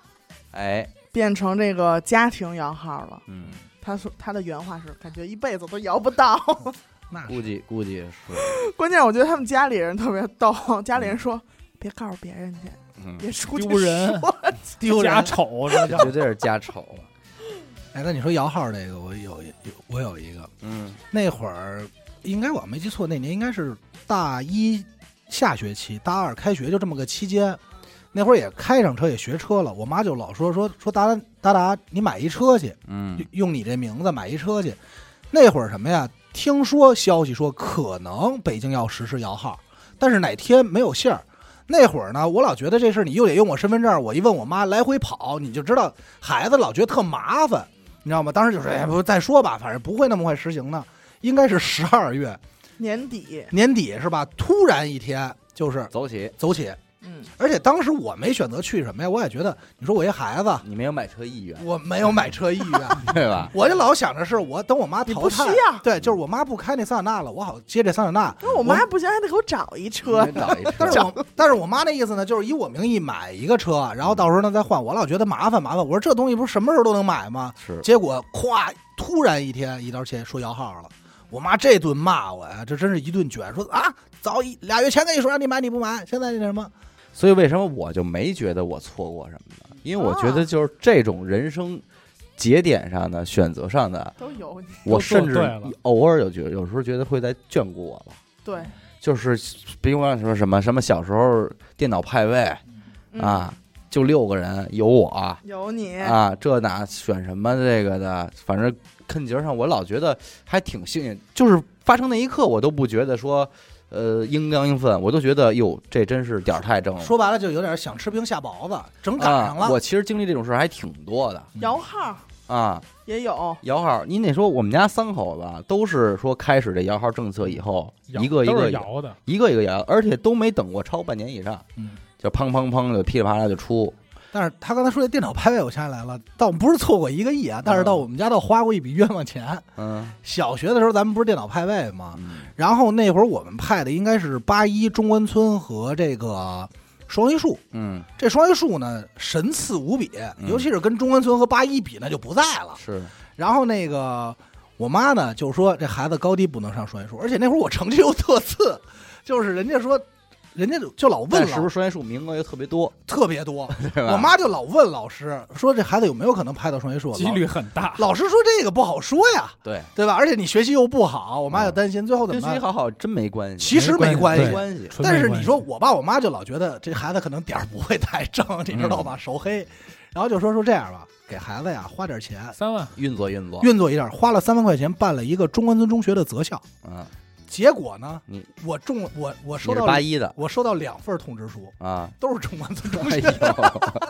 哎，变成这个家庭摇号了。嗯，他说他的原话是感觉一辈子都摇不到。 那估计估计是，关键我觉得他们家里人特别逗，家里人说别告诉别人去，嗯，别出去丢人说 丢人家。丑，这叫绝对是家丑。哎，那你说摇号这个，我有有我有一个，嗯那会儿应该我没记错，那年应该是大一下学期，大二开学就这么个期间。那会儿也开上车，也学车了。我妈就老说说说达达达达，你买一车去，嗯用用你这名字买一车去。那会儿什么呀？听说消息说可能北京要实施摇号，但是哪天没有信儿。那会儿呢，我老觉得这事儿你又得用我身份证儿，我一问我妈来回跑，你就知道孩子老觉得特麻烦，你知道吗？当时就是哎，不再说吧，反正不会那么快实行的，应该是十二月年底年底是吧？突然一天，就是走起，走起。嗯，而且当时我没选择去什么呀，我也觉得，你说我一孩子，你没有买车意愿，我没有买车意愿，对 吧？我就老想着是我等我妈你淘不汰需要，对，就是我妈不开那桑塔纳了，我好接这桑塔纳。因为我妈不行，还得给我找一车你。 找一车但是我但是我妈那意思呢，就是以我名义买一个车，然后到时候呢再换。我老觉得麻烦麻烦，我说这东西不是什么时候都能买吗？是结果咵，突然一天一刀切说摇号了。我妈这顿骂我呀，这真是一顿卷，说啊，早一俩月前跟你说让你买你不买，现在那什么，所以为什么我就没觉得我错过什么呢？因为我啊觉得就是这种人生节点上的选择上的，都有你，我甚都至做对了偶尔有觉得有时候觉得会在眷顾我了。对、就是甭管说什么什么小时候电脑派位嗯、，啊，就六个人有我啊，有你，这哪选什么这个的，反正坑节上我老觉得还挺幸运，就是发生那一刻我都不觉得说。呃，应刚应分，我都觉得哟，这真是点儿太嗯正了。说白了就有点想吃冰下雹子，整赶上了。啊，我其实经历这种事儿还挺多的摇号啊。也有，摇号，您得说我们家三口子都是说开始这摇号政策以后，嗯摇一个一都个是摇的，一个一个摇，而且都没等过超半年以上，嗯就砰砰砰就噼里啪啦就出，但是他刚才说这电脑拍位，我想起来了，倒不是错过一个亿啊，嗯但是到我们家倒花过一笔冤枉钱。嗯，小学的时候咱们不是电脑派位吗？嗯然后那会儿我们派的应该是八一中关村和这个双榆树，嗯，这双榆树呢神似无比，尤其是跟中关村和八一比，那就不在了。是然后那个我妈呢就说这孩子高低不能上双榆树，而且那会儿我成绩又特次， 就是人家说。人家就就老问但老是不是双榆树名额又特别多，特别多，对吧？我妈就老问老师说这孩子有没有可能拍到双榆树？几率很大。老老师说这个不好说呀，对，对吧？而且你学习又不好，我妈就担心最后怎跟么学习办。好好真没关系，其实没关没系，关系，纯但没是关你系说我爸我妈就老觉得这孩子可能点儿不会太正，你知嗯道吧？手黑，然后就说说这样吧，给孩子呀花点钱三万，运作运作，运作一下，花了三万块钱办了一个中关村中学的择校。嗯，结果呢，你我中了我我你收是到八一的我收到两份通知书，啊，都是中关村中哎学。呦，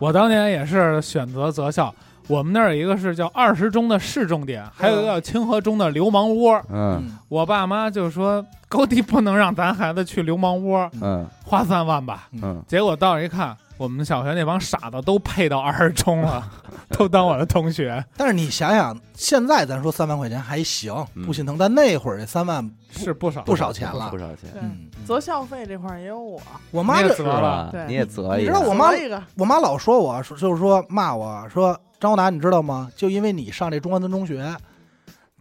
我当年也是选择择校。我们那儿有一个是叫二十中的市重点，还有一个叫清河中的流氓窝。嗯嗯我爸妈就说高低不能让咱孩子去流氓窝，嗯花三万吧。嗯，结果到这一看，我们小学那帮傻子都配到二十中了， 都当我的同学。但是你想想，现在咱说三万块钱还行，嗯不心疼，但那会儿这三万，是不少不少钱了不少钱，对，嗯，择校费这块儿也有我，我妈你也这责是了，吧对？你也择一你个，知道我妈择一个我妈老说我，说就是说骂我说张达，你知道吗？就因为你上这中关村中学，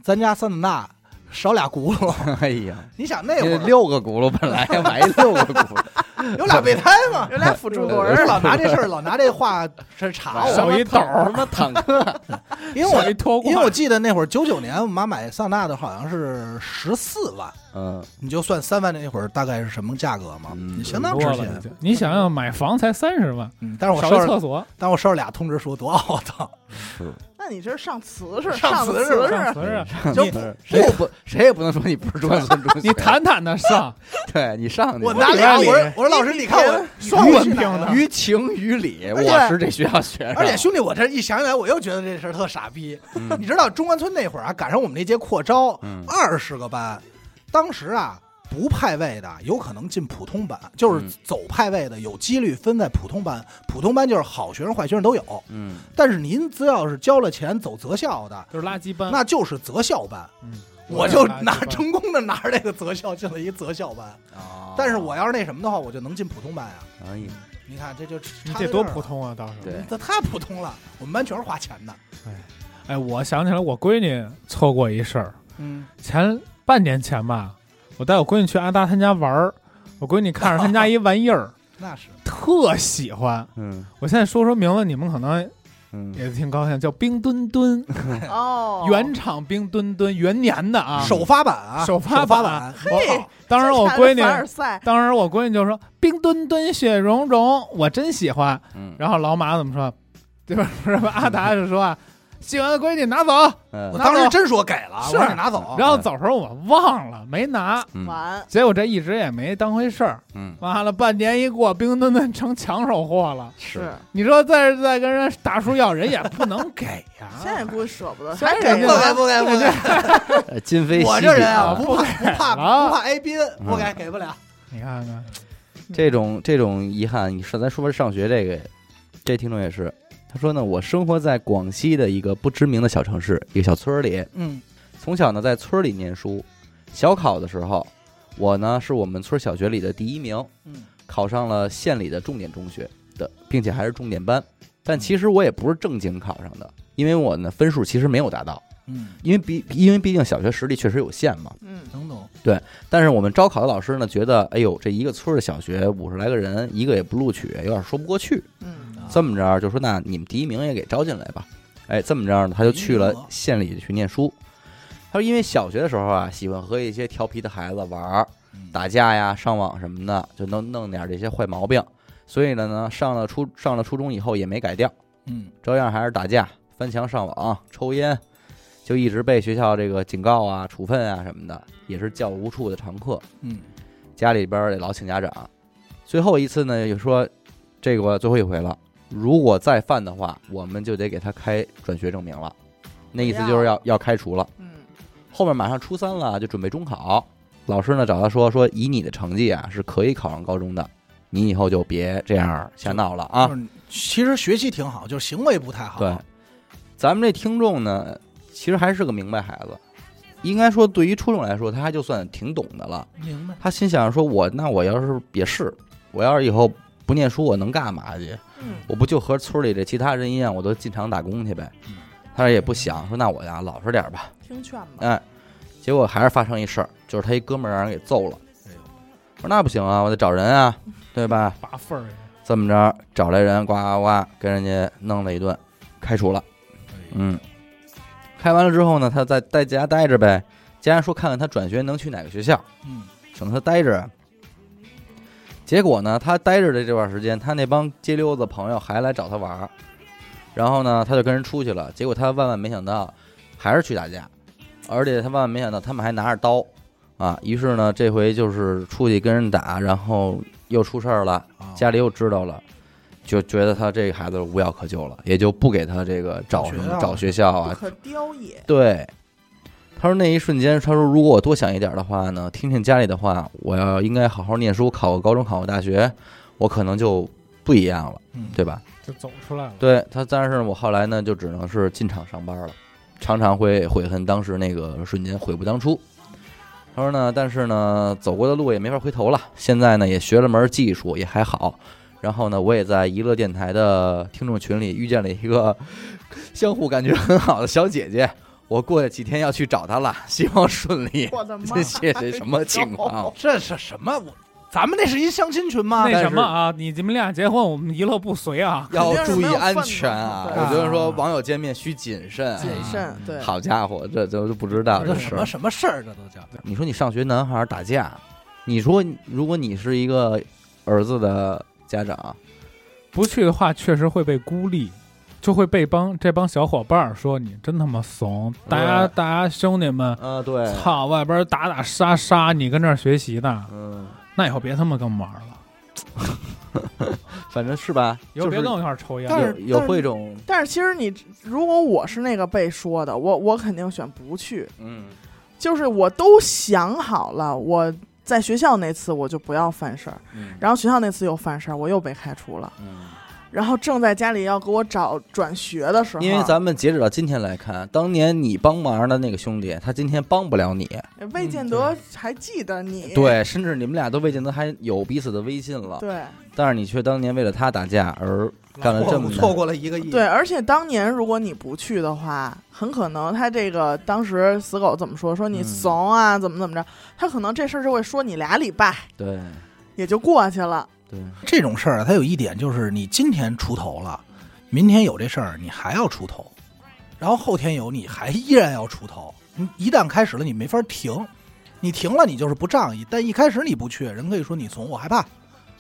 咱家桑塔纳少俩轱辘。 哎呀， 你想那会这儿六个轱辘本 来买六个轱辘，有俩备胎嘛，有俩辅助轮我是儿，老拿这事儿老拿这话是查少我，一斗什么 坦克，因为我一拖因为我挂，记得那会儿九九年我妈买桑塔纳的好像是十四万，嗯，你就算三万那会儿大概是什么价格嘛，嗯你相当值多了已钱。经。你想想，买房才三十万，嗯但是我少收一拾，厕所，但我收拾俩通知书多懊恼。是，那你这是上瓷是上瓷瓷是吧上是词儿啊，就你谁也不谁也不能说你不是中关村 中学，你坦坦的上，对你上去，我拿俩，我说我说老师，你看我双于文去凭哪儿啊的，于情于理，而且我是这学校学生，而且兄弟，我这一想起来，我又觉得这事儿特傻逼。嗯你知道中关村那会儿啊，赶上我们那届扩招，嗯二十个班，当时啊不派位的有可能进普通班，就是嗯走派位的有几率分在普通班，普通班就是好学生坏学生都有。嗯，但是您只要是交了钱走择校的， 就是垃圾班。那就是择校班。嗯我就垃圾拿班成功的拿着这个择校进了一择校班，哦但是我要是那什么的话，我就能进普通班呀。哎呀，你看这就差你在这多儿了普，通啊！到时候，对，这太普通了。我们班全是花钱的。哎，我想起来，我闺女错过一事儿，嗯，前半年前吧，我带我闺女去阿达他家玩儿，我闺女看上他家一玩意儿， 那是。特喜欢。嗯我现在说说名字，你们可能嗯，也挺高兴，叫冰墩墩，哦，原厂冰墩墩，元年的啊。首发版啊，首首发版版，嘿我靠当时我这闺产女的，凡尔赛，当时我闺女就说：“冰墩墩，雪融融，我真喜欢。”嗯，然后老马怎么说？ 对吧？不是阿达就说啊，喜欢的闺女拿走。我嗯当时真说给了，我是说你拿哦走，哎然后走时候我忘了没拿，嗯完，结果这一直也没当回事儿。嗯，妈了，半年一过，冰墩墩成抢手货了。是，你说再再跟人大叔要，人也不能给呀 。现在估计舍不得，现在还给人不家给了，不给不给，呃今非昔比我这人啊，啊，不怕不怕了不怕挨兵，嗯不给给不了。你看看，这种这种遗憾，你上咱说上学这个，这听众也是，他说呢，我生活在广西的一个不知名的小城市，一个小村儿里，嗯从小呢在村儿里念书。小考的时候，我呢是我们村儿小学里的第一名，嗯考上了县里的重点中学的，并且还是重点班。但其实我也不是正经考上的，因为我呢分数其实没有达到，嗯，因为毕因为毕竟小学实力确实有限嘛。嗯能懂，但是我们招考的老师呢，觉得哎呦，这一个村儿的小学五十来个人，一个也不录取，有点说不过去。嗯这么着就说，那你们第一名也给招进来吧。哎，这么着呢，他就去了哎呦县里去念书。他说，因为小学的时候啊，喜欢和一些调皮的孩子玩儿、嗯打架呀、上网什么的，就能弄点这些坏毛病。所以呢，呢上了初上了初中以后也没改掉，嗯照样还是打架、翻墙、上网、啊抽烟，就一直被学校这个警告啊、处分啊什么的，也是教无处的常客。嗯家里边儿也老请家长。最后一次呢，也说这个我最后一回了，如果再犯的话，我们就得给他开转学证明了。那意思就是要要开除了。嗯后面马上初三了，就准备中考，老师呢找他说说，以你的成绩啊是可以考上高中的，你以后就别这样瞎闹了啊。就是其实学习挺好，就是行为不太好。对，咱们这听众呢，其实还是个明白孩子，应该说对于初中来说，他还就算挺懂的了。明白。他心想说我：“那我要是也是，我要是以后不念书，我能干嘛去？嗯我不就和村里的其他人一样，我都进厂打工去呗嗯？”他也不想说：“那我呀，老实点儿吧。听劝”吧，哎，结果还是发生一事儿，就是他一哥们儿让人给揍了哎呦。我说：“那不行啊，我得找人啊，对吧拔份儿。？”这么着找来人，呱呱呱，跟人家弄了一顿，开除了。嗯，开完了之后呢，他在在家待着呗。家人说看看他转学能去哪个学校。嗯省得他待着。结果呢，他待着的这段时间，他那帮街溜子朋友还来找他玩儿，然后呢，他就跟人出去了。结果他万万没想到，还是去打架，而且他万万没想到他们还拿着刀啊。于是呢，这回就是出去跟人打，然后又出事儿了，啊，家里又知道了。就觉得他这个孩子无药可救了，也就不给他这个找什学么校找学校不啊，可雕 也。对，他说那一瞬间，他说如果我多想一点的话呢，听听家里的话，我要应该好好念书，考个高中，考个大学，我可能就不一样了，嗯对吧？就走出来了。对他，但是我后来呢，就只能是进厂上班了，常常会悔恨当时那个瞬间，悔不当初。他说呢，但是呢，走过的路也没法回头了。现在呢，也学了门技术，也还好。然后呢，我也在娱乐电台的听众群里遇见了一个相互感觉很好的小姐姐。我过几天要去找她了，希望顺利。 我的妈！这谢谢什么情况？啊这是什么？我咱们那是一相亲群吗？那但什是么啊，你你们俩结婚，我们一乐不随啊。要肯定是注没意有安份子全啊！对我觉得说网友见面需谨慎，啊谨慎，对，嗯好家伙，这这都不知道这这什事么儿。什么事儿？这都叫你说你上学男孩打架，你说如果你是一个儿子的家长，不去的话，确实会被孤立，就会被帮这帮小伙伴儿说你真他妈怂。大家大家兄弟们，啊，对操，外边打打杀杀，你跟这儿学习呢，嗯，那以后别他妈跟我们玩儿了，反正是吧，以后就是别跟我一块儿抽烟。但是有有会一种，但是其实你，如果我是那个被说的，我我肯定选不去。嗯，就是我都想好了，我在学校那次我就不要犯事儿，嗯然后学校那次又犯事儿，我又被开除了。嗯然后正在家里要给我找转学的时候，因为咱们截止到今天来看，当年你帮忙的那个兄弟，他今天帮不了你，魏建德还记得你，嗯对，甚至你们俩都未见得还有彼此的微信了，对但是你却当年为了他打架而干了这么错过了一个亿。对，而且当年如果你不去的话，很可能他这个当时死狗怎么说，说你嗯怂啊，怎么怎么着，他可能这事儿就会说你俩礼拜对也就过去了。对，这种事儿啊，它有一点就是，你今天出头了，明天有这事儿，你还要出头，然后后天有，你还依然要出头。你一旦开始了，你没法停，你停了，你就是不仗义。但一开始你不去，人可以说你怂，我害怕，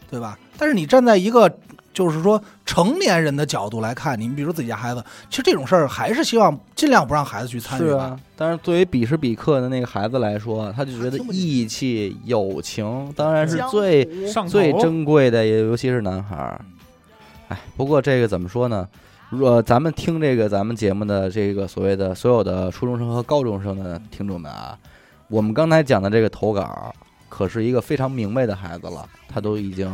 对吧？但是你站在一个就是说成年人的角度来看，你比如自己家孩子，其实这种事儿还是希望尽量不让孩子去参与是吧。啊，但是对于彼时彼刻的那个孩子来说，他就觉得听不进义气、友情当然是江最湖上头最珍贵的，也尤其是男孩儿。哎，不过这个怎么说呢？若咱们听这个咱们节目的这个所谓的所有的初中生和高中生的听众们啊，我们刚才讲的这个投稿，可是一个非常明白的孩子了，他都已经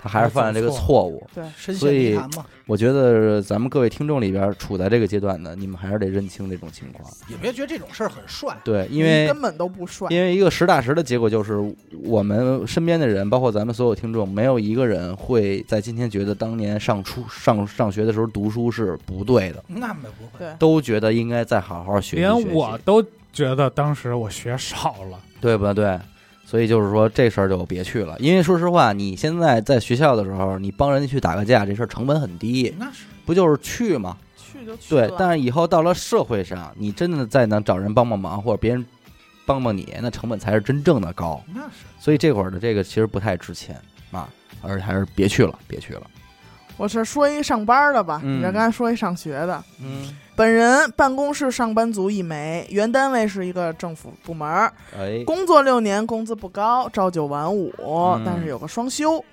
他还是犯了这个犯错误。对，深所陷以泥潭嘛，我觉得咱们各位听众里边处在这个阶段的，你们还是得认清这种情况。也别觉得这种事儿很帅，对，因为根本都不帅。因为一个实打实的结果就是，我们身边的人，包括咱们所有听众，没有一个人会在今天觉得当年上初上上学的时候读书是不对的，那没不会。对都觉得应该再好好学习学习连我都觉得当时我学少了。对吧？对，所以就是说这事儿就别去了，因为说实话，你现在在学校的时候，你帮人家去打个架，这事儿成本很低，那是不就是去吗？去就去对了，但是以后到了社会上，你真的再能找人帮帮忙，或者别人帮帮你，那成本才是真正的高。那是，所以这会儿的这个其实不太值钱啊，而还是别去了，别去了。我是说一上班的吧，嗯你这刚才说一上学的，嗯，本人办公室上班族一枚，原单位是一个政府部门儿，哎，工作六年，工资不高，朝九晚五，嗯但是有个双休，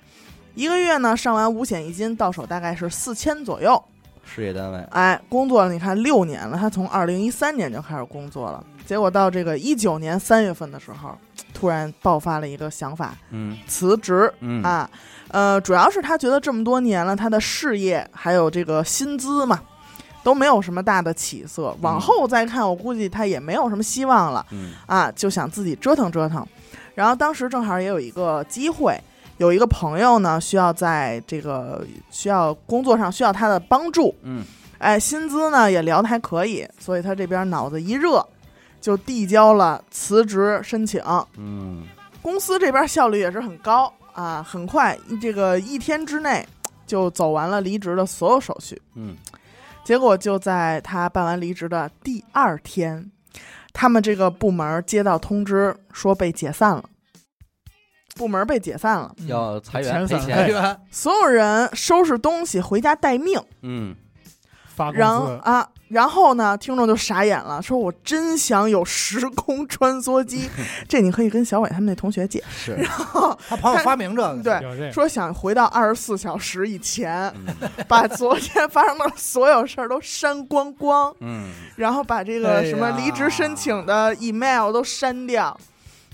一个月呢上完五险一金到手大概是四千左右。事业单位，哎，工作你看六年了，他从二零一三年就开始工作了，结果到这个一九年三月份的时候，突然爆发了一个想法，嗯辞职。嗯，啊，呃，主要是他觉得这么多年了，他的事业还有这个薪资嘛，都没有什么大的起色。往嗯后再看，我估计他也没有什么希望了嗯啊，就想自己折腾折腾。然后当时正好也有一个机会，有一个朋友呢需要在这个需要工作上需要他的帮助，嗯，哎，薪资呢也聊得还可以，所以他这边脑子一热，就递交了辞职申请。嗯，公司这边效率也是很高啊，很快这个一天之内就走完了离职的所有手续。嗯，结果就在他办完离职的第二天，他们这个部门接到通知说被解散了，部门被解散了，要裁员赔遣散哎钱，呀，所有人收拾东西回家待命。嗯，发工然后资，啊，然后呢，听众就傻眼了，说我真想有时空穿梭 机，这你可以跟小伟他们那同学借，是，他朋友发明这个，对有这个说想回到二十四小时以前，嗯把昨天发生的所有事儿都删光光，嗯，然后把这个什么离职申请的 email 都删掉。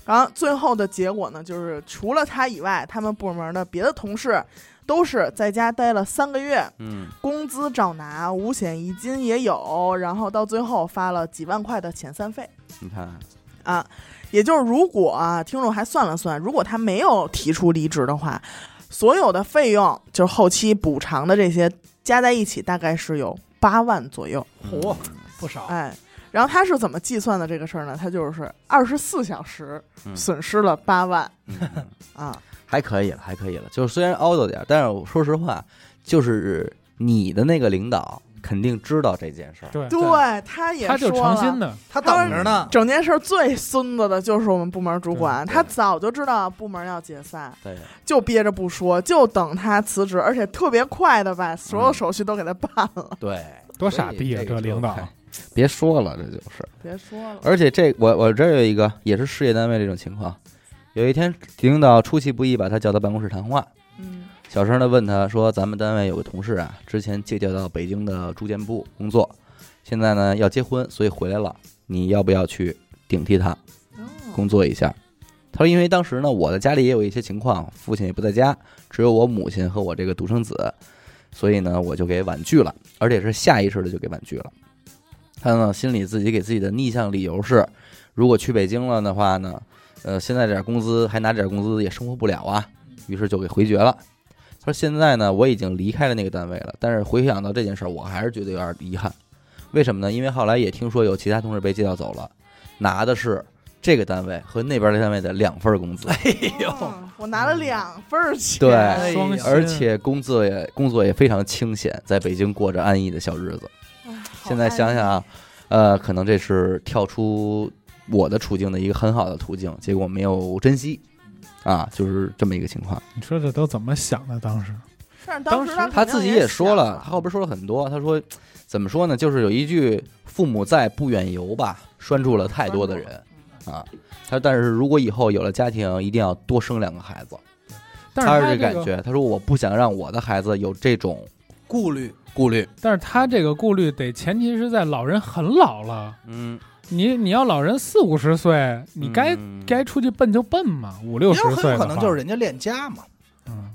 然后最后的结果呢，就是除了他以外，他们部门的别的同事都是在家待了三个月，嗯，工资照拿，五险一金也有，然后到最后发了几万块的遣散费你看，啊。也就是如果啊，听众还算了算，如果他没有提出离职的话，所有的费用就是后期补偿的这些加在一起，大概是有八万左右。嚯，不少，哎，然后他是怎么计算的这个事儿呢？他就是二十四小时嗯损失了八万嗯啊，还可以了，还可以了。就是虽然凹着点儿，但是我说实话，就是你的那个领导肯定知道这件事儿。对，对，他也他就说诚了心的，他等着呢，哦整件事儿最孙子的就是我们部门主管，对他早就知道部门要解散，对，就憋着不说，就等他辞职，而且特别快的把所有手续都给他办了。对，多傻逼啊所以这个这领导就！哎别说了，这就是。别说了，而且这我我这儿有一个也是事业单位这种情况，有一天领导出其不意把他叫到办公室谈话，嗯小声的问他说：“咱们单位有个同事啊，之前借调到北京的住建部工作，现在呢要结婚，所以回来了，你要不要去顶替他工作一下？”他说：“因为当时呢，我的家里也有一些情况，父亲也不在家，只有我母亲和我这个独生子，所以呢，我就给婉拒了，而且是下意识的就给婉拒了。他呢，心里自己给自己的逆向理由是，如果去北京了的话呢，呃，现在这点工资还拿这点工资也生活不了啊，于是就给回绝了。他说现在呢，我已经离开了那个单位了，但是回想到这件事儿，我还是觉得有点遗憾。为什么呢？因为后来也听说有其他同事被借调走了，拿的是这个单位和那边的单位的两份工资。 哎呦，我拿了两份儿钱，对哎双呀而且工作也工作也非常清闲，在北京过着安逸的小日子。哎现在想想，好安啊，呃，可能这是跳出我的处境的一个很好的途径，结果没有珍惜，啊，就是这么一个情况。你说这都怎么想的？当时逸但是当时当时他自己也说了，他肯定也想后边说了很多，他说怎么说呢，就是有一句“父母在，不远游”吧，拴住了太多的人嗯啊。他但是如果以后有了家庭，一定要多生两个孩子，但他是这这感个，觉。他说我不想让我的孩子有这种顾虑顾虑，但是他这个顾虑得前提是在老人很老了，嗯，你你要老人四五十岁，你该、嗯该出去奔就奔嘛，五六也十有很岁有可的能话就是人家恋家嘛，嗯，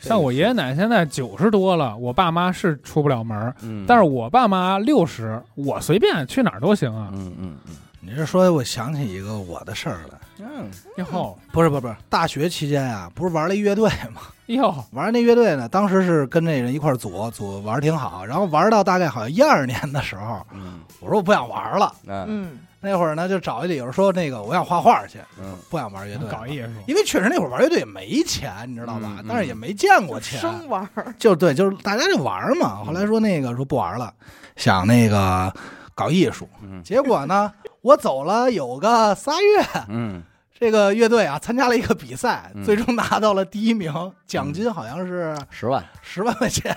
像我爷爷奶奶现在九十多了，我爸妈是出不了门儿，嗯，但是我爸妈六十，我随便去哪儿都行啊。嗯嗯嗯你这说，我想起一个我的事儿来。嗯，哟不是不是不是，大学期间啊，不是玩了一乐队嘛？ 哟，玩那乐队呢，当时是跟那人一块儿组组玩儿挺好，然后玩到大概好像一二年的时候，嗯我说我不想玩了。嗯嗯，那会儿呢，就找一理由说那个我想画画去，嗯，不想玩乐队了。搞艺术，因为确实那会儿玩乐队也没钱，你知道吧？嗯嗯但是也没见过啊钱，生玩儿，就对，就是大家就玩儿嘛。嗯后来说那个说不玩了，想那个搞艺术。嗯结果呢， 我走了有个仨月，嗯这个乐队啊参加了一个比赛，嗯最终拿到了第一名，奖金好像是十万，十万 块钱。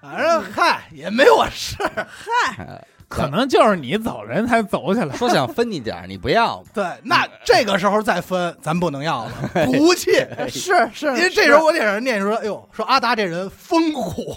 反正嗨也没我事儿，可能就是你走人才走 起来。说想分你点儿，你不要嘛，对，那这个时候再分，咱不能 要了，不气，哎是是，因为这时候我得让人念说，哎呦，说阿达这人 风骨，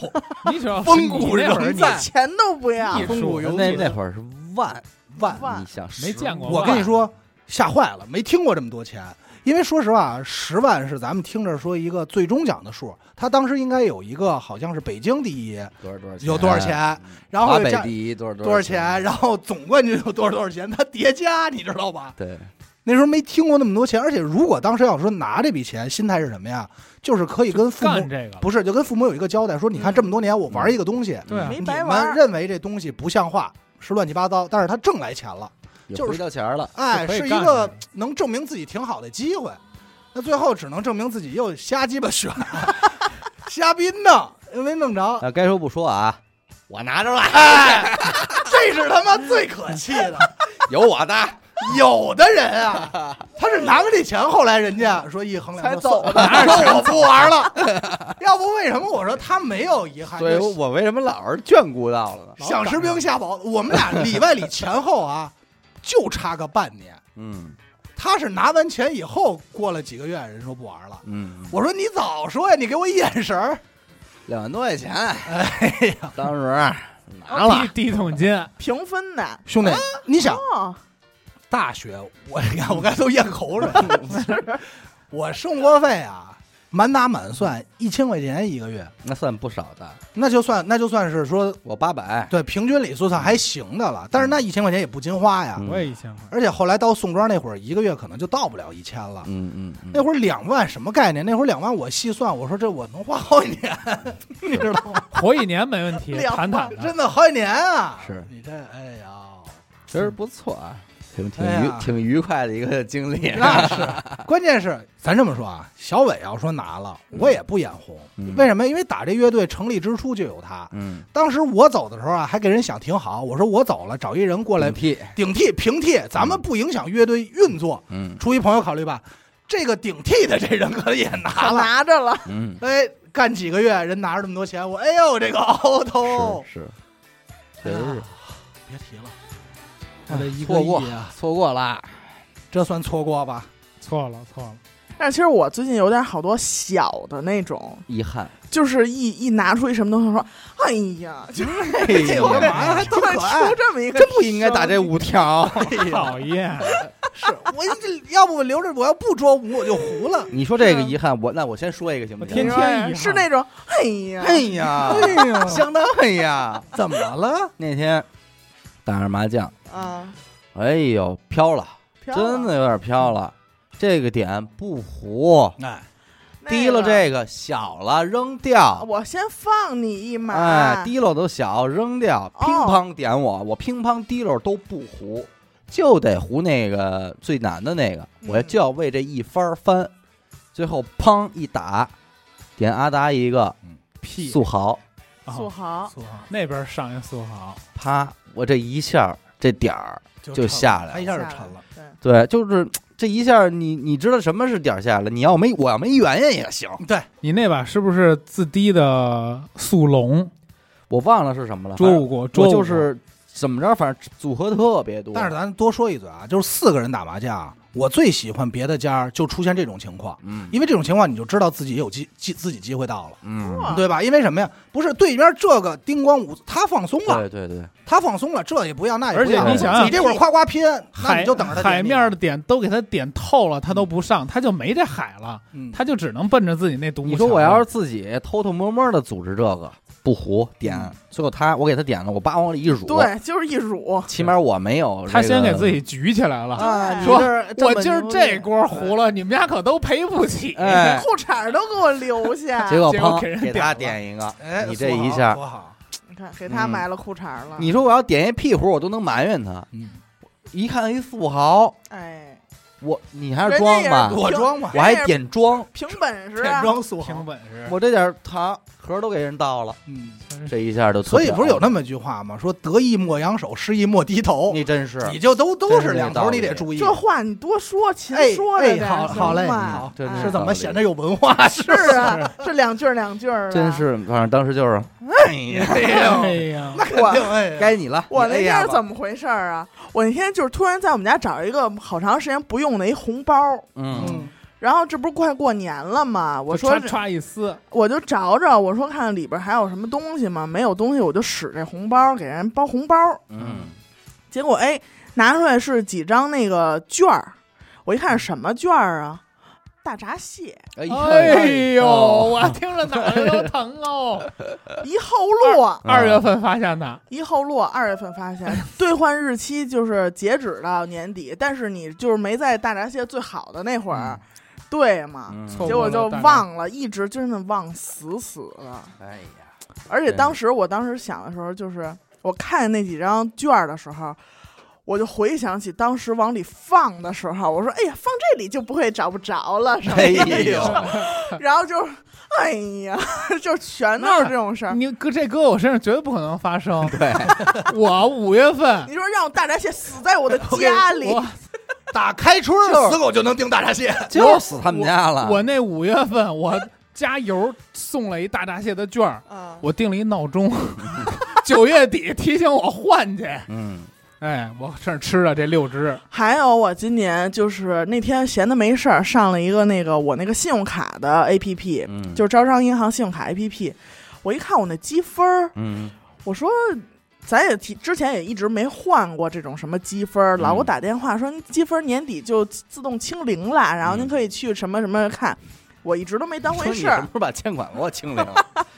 你只要风骨你那仍 会儿你在钱都不要艺，风术骨犹那记那会儿是万万万你想没见过10万我跟你，说，吓坏了，没听过这么多钱。因为说实话，啊十万是咱们听着说一个最终奖的数，他当时应该有一个好像是北京第一，多少多少有多少钱，然华后北加第一多少多多少钱，？然后总冠军有多少多少钱，他叠加，你知道吧？对，那时候没听过那么多钱，而且如果当时要说拿这笔钱，心态是什么呀？就是可以跟父干母这个了，不是就跟父母有一个交代，说你看嗯这么多年我玩一个东西，对啊没你白玩们儿，认为这东西不像话，是乱七八糟，但是他挣来钱了。也就是回到钱儿了，哎，就可以是一干个的能证明自己挺好的机会。那最后只能证明自己又瞎鸡巴选， 瞎逼弄，又没弄 着，啊，该说不说啊，我拿着了，这是他妈最可气的。有我的，有的人啊，他是拿了这钱，后来人家说一衡量才走了， 我不玩了。要不为什么我说他没有遗憾？所以我为什么老啊是眷顾到了呢？想吃冰瞎饱，我们俩里外里前后啊，就差个半年。嗯他是拿完钱以后过了几个月，人说不玩了。嗯，我说你早说呀，你给我一眼神儿。两万多块钱，哎呀，当时拿了，第第一桶金，平分的，兄弟，你想哦，啊大学，我你看我刚才都咽口水 了。我生活费啊，满打满算一千块钱一个月，那算不少的，那就算那就算是说我八百，对平均理算算还行的了。但是那一千块钱也不禁花呀，嗯我也一千块。而且后来到宋庄那会儿，一个月可能就到不了一千了。嗯嗯嗯，那会儿两万什么概念？那会儿两万我细算，我说这我能花好几年， 你知道吗？ 活一年没问题，两坦坦的。真的好几年啊！是你这哎呀。其实不错啊，挺挺哎愉呀挺愉快的一个经历，那是，啊关键是咱这么说啊，小伟要说拿了，我也不眼红。嗯为什么？因为打这乐队成立之初就有他。嗯，当时我走的时候啊，还给人想挺好，我说我走了，找一人过来顶替，顶替平替，咱们不影响乐队运作。嗯出于朋友考虑吧，这个顶替的这人可能也拿可了。拿着了， 嗯，哎，干几个月，人拿着这么多钱，我哎呦，这个凹头是，是，确哎呀实是 哎别提了，我的一个错过亿啊，错过啦，这算错过吧？ 错了错了，但是其实我最近有点好多小的那种，遗 憾，就是一一拿出一什么东西说，哎呀，嗯就是这哎我干哎嘛？还挺突然可爱出，这么一 个，真不应该打这五条。哎讨厌。是我这要不我留着，我要不捉五我就糊了。你说啊这个遗憾，我那我先说一个行不我行？天天遗憾是那种，哎呀，哎呀，哎呦，相当哎 呀，怎么了？那天打着麻将，啊，哎呦飘了，飘了真的有点飘了。嗯这个点不糊，哎，提了，那这个小了扔个掉，我先放你一马，哎，滴溜都小扔掉，哦乒乓点我，我乒乓滴溜都不胡，就得胡那个最难的那个，嗯我就要为这一番儿翻，最后砰一打，点阿达一个屁素豪，啊素豪，苏杭那边上一素豪，啪，我这一下儿这点儿，就就下来了他一下就沉了。对，对，就是这一下儿你你知道什么是点儿下了，你要没我要没圆圆也行，对，你那把是不是自低的速龙我忘了是什么了，啊捉五过？捉我五就过是怎么着，反正组合特别多。但是咱多说一嘴啊，就是四个人打麻将，啊我最喜欢别的家就出现这种情况，嗯因为这种情况你就知道自己有机机自己机会到了。嗯，哇对吧？因为什么呀？不是对面这个叮咣五，他放松对了，对对，他放松了，这也不要，那也而不且要。你想想你这会儿夸夸拼，那海你就啊等着他海点你面儿的点都给他点透了，他都不上，他就没这海了，嗯他就只能奔着自己那独木你说桥我要了是自己偷偷摸摸的组织这个，不胡点嗯，最后他我给他点了，我叭往里一辱，，对，就是一乳，起码我没有这个、他先给自己举起来了。啊，你说这儿这我么今儿牛逼这锅糊了，你们家可都赔不起。哎，裤衩儿都给我留下。结果结果砰给人给点他了点一个，哎，你这说好一下说好，你看，给他嗯埋了裤衩儿了。你说我要点一屁股，我都能埋怨他。嗯，一看一富豪，哎，我你还是人家装也是吧，我装吧，我还点装，凭本事点啊，装素凭好。本事，我这点糖盒都给人倒了，嗯，这一下就特所以屌不是有了那么一句话吗？说得意莫扬手，失意莫低头。你真是你就都都是两真是头，你这道理得注意。这话你多说，勤哎说哎着点好行好嘞吗好真哎是是怎么显得有文化？是 啊，这两句儿两句儿的，啊真是，反正当时就是，哎呀，哎呀，那肯定哎，该你了。我你那哎天呀是吧怎么回事儿啊？我那天就是突然在我们家找一个好长时间不用的一红包，嗯嗯然后这不是快过年了吗？我说歘歘一撕，我就找找，我说看里边还有什么东西吗？没有东西我就使这红包给人包红包，嗯结果哎拿出来是几张那个券儿，我一看是什么券儿啊？大闸蟹哎哎呀呦，哦我听着脑袋都疼哦。一后落。嗯二月份发现的，一后落，二月份发现兑换日期就是截止到年底，但是你就是没在大闸蟹最好的那会儿，对嘛？嗯错结过果了就大闸忘了，一直真的忘死死了。哎呀，而且真是当时我当时想的时候，就是我看那几张券儿的时候，我就回想起当时往里放的时候，我说：“哎呀，放这里就不会找不着了。”什么哎的，呦，。然后就是，哎呀，就全都是这种事儿。你搁这搁我身上绝对不可能发 生 对，我五月份，你说让我大闸蟹死在我的家里， 我打开春儿就是死狗就能盯大闸蟹。就死他们家了。我那五月份我加油送了一大闸蟹的券儿，啊，我定了一闹钟， 九月底提醒我换去。嗯哎，我这吃了这六只，还有我今年就是那天闲的没事儿，上了一个那个我那个信用卡的 APP，、嗯，就是招商银行信用卡 APP。我一看我那积分儿，嗯我说咱也提之前也一直没换过这种什么积分儿，嗯老给我打电话说您积分年底就自动清零了，然后您嗯可以去什么什么看。我一直都没当说回你事什儿么时，候把欠款给我清零？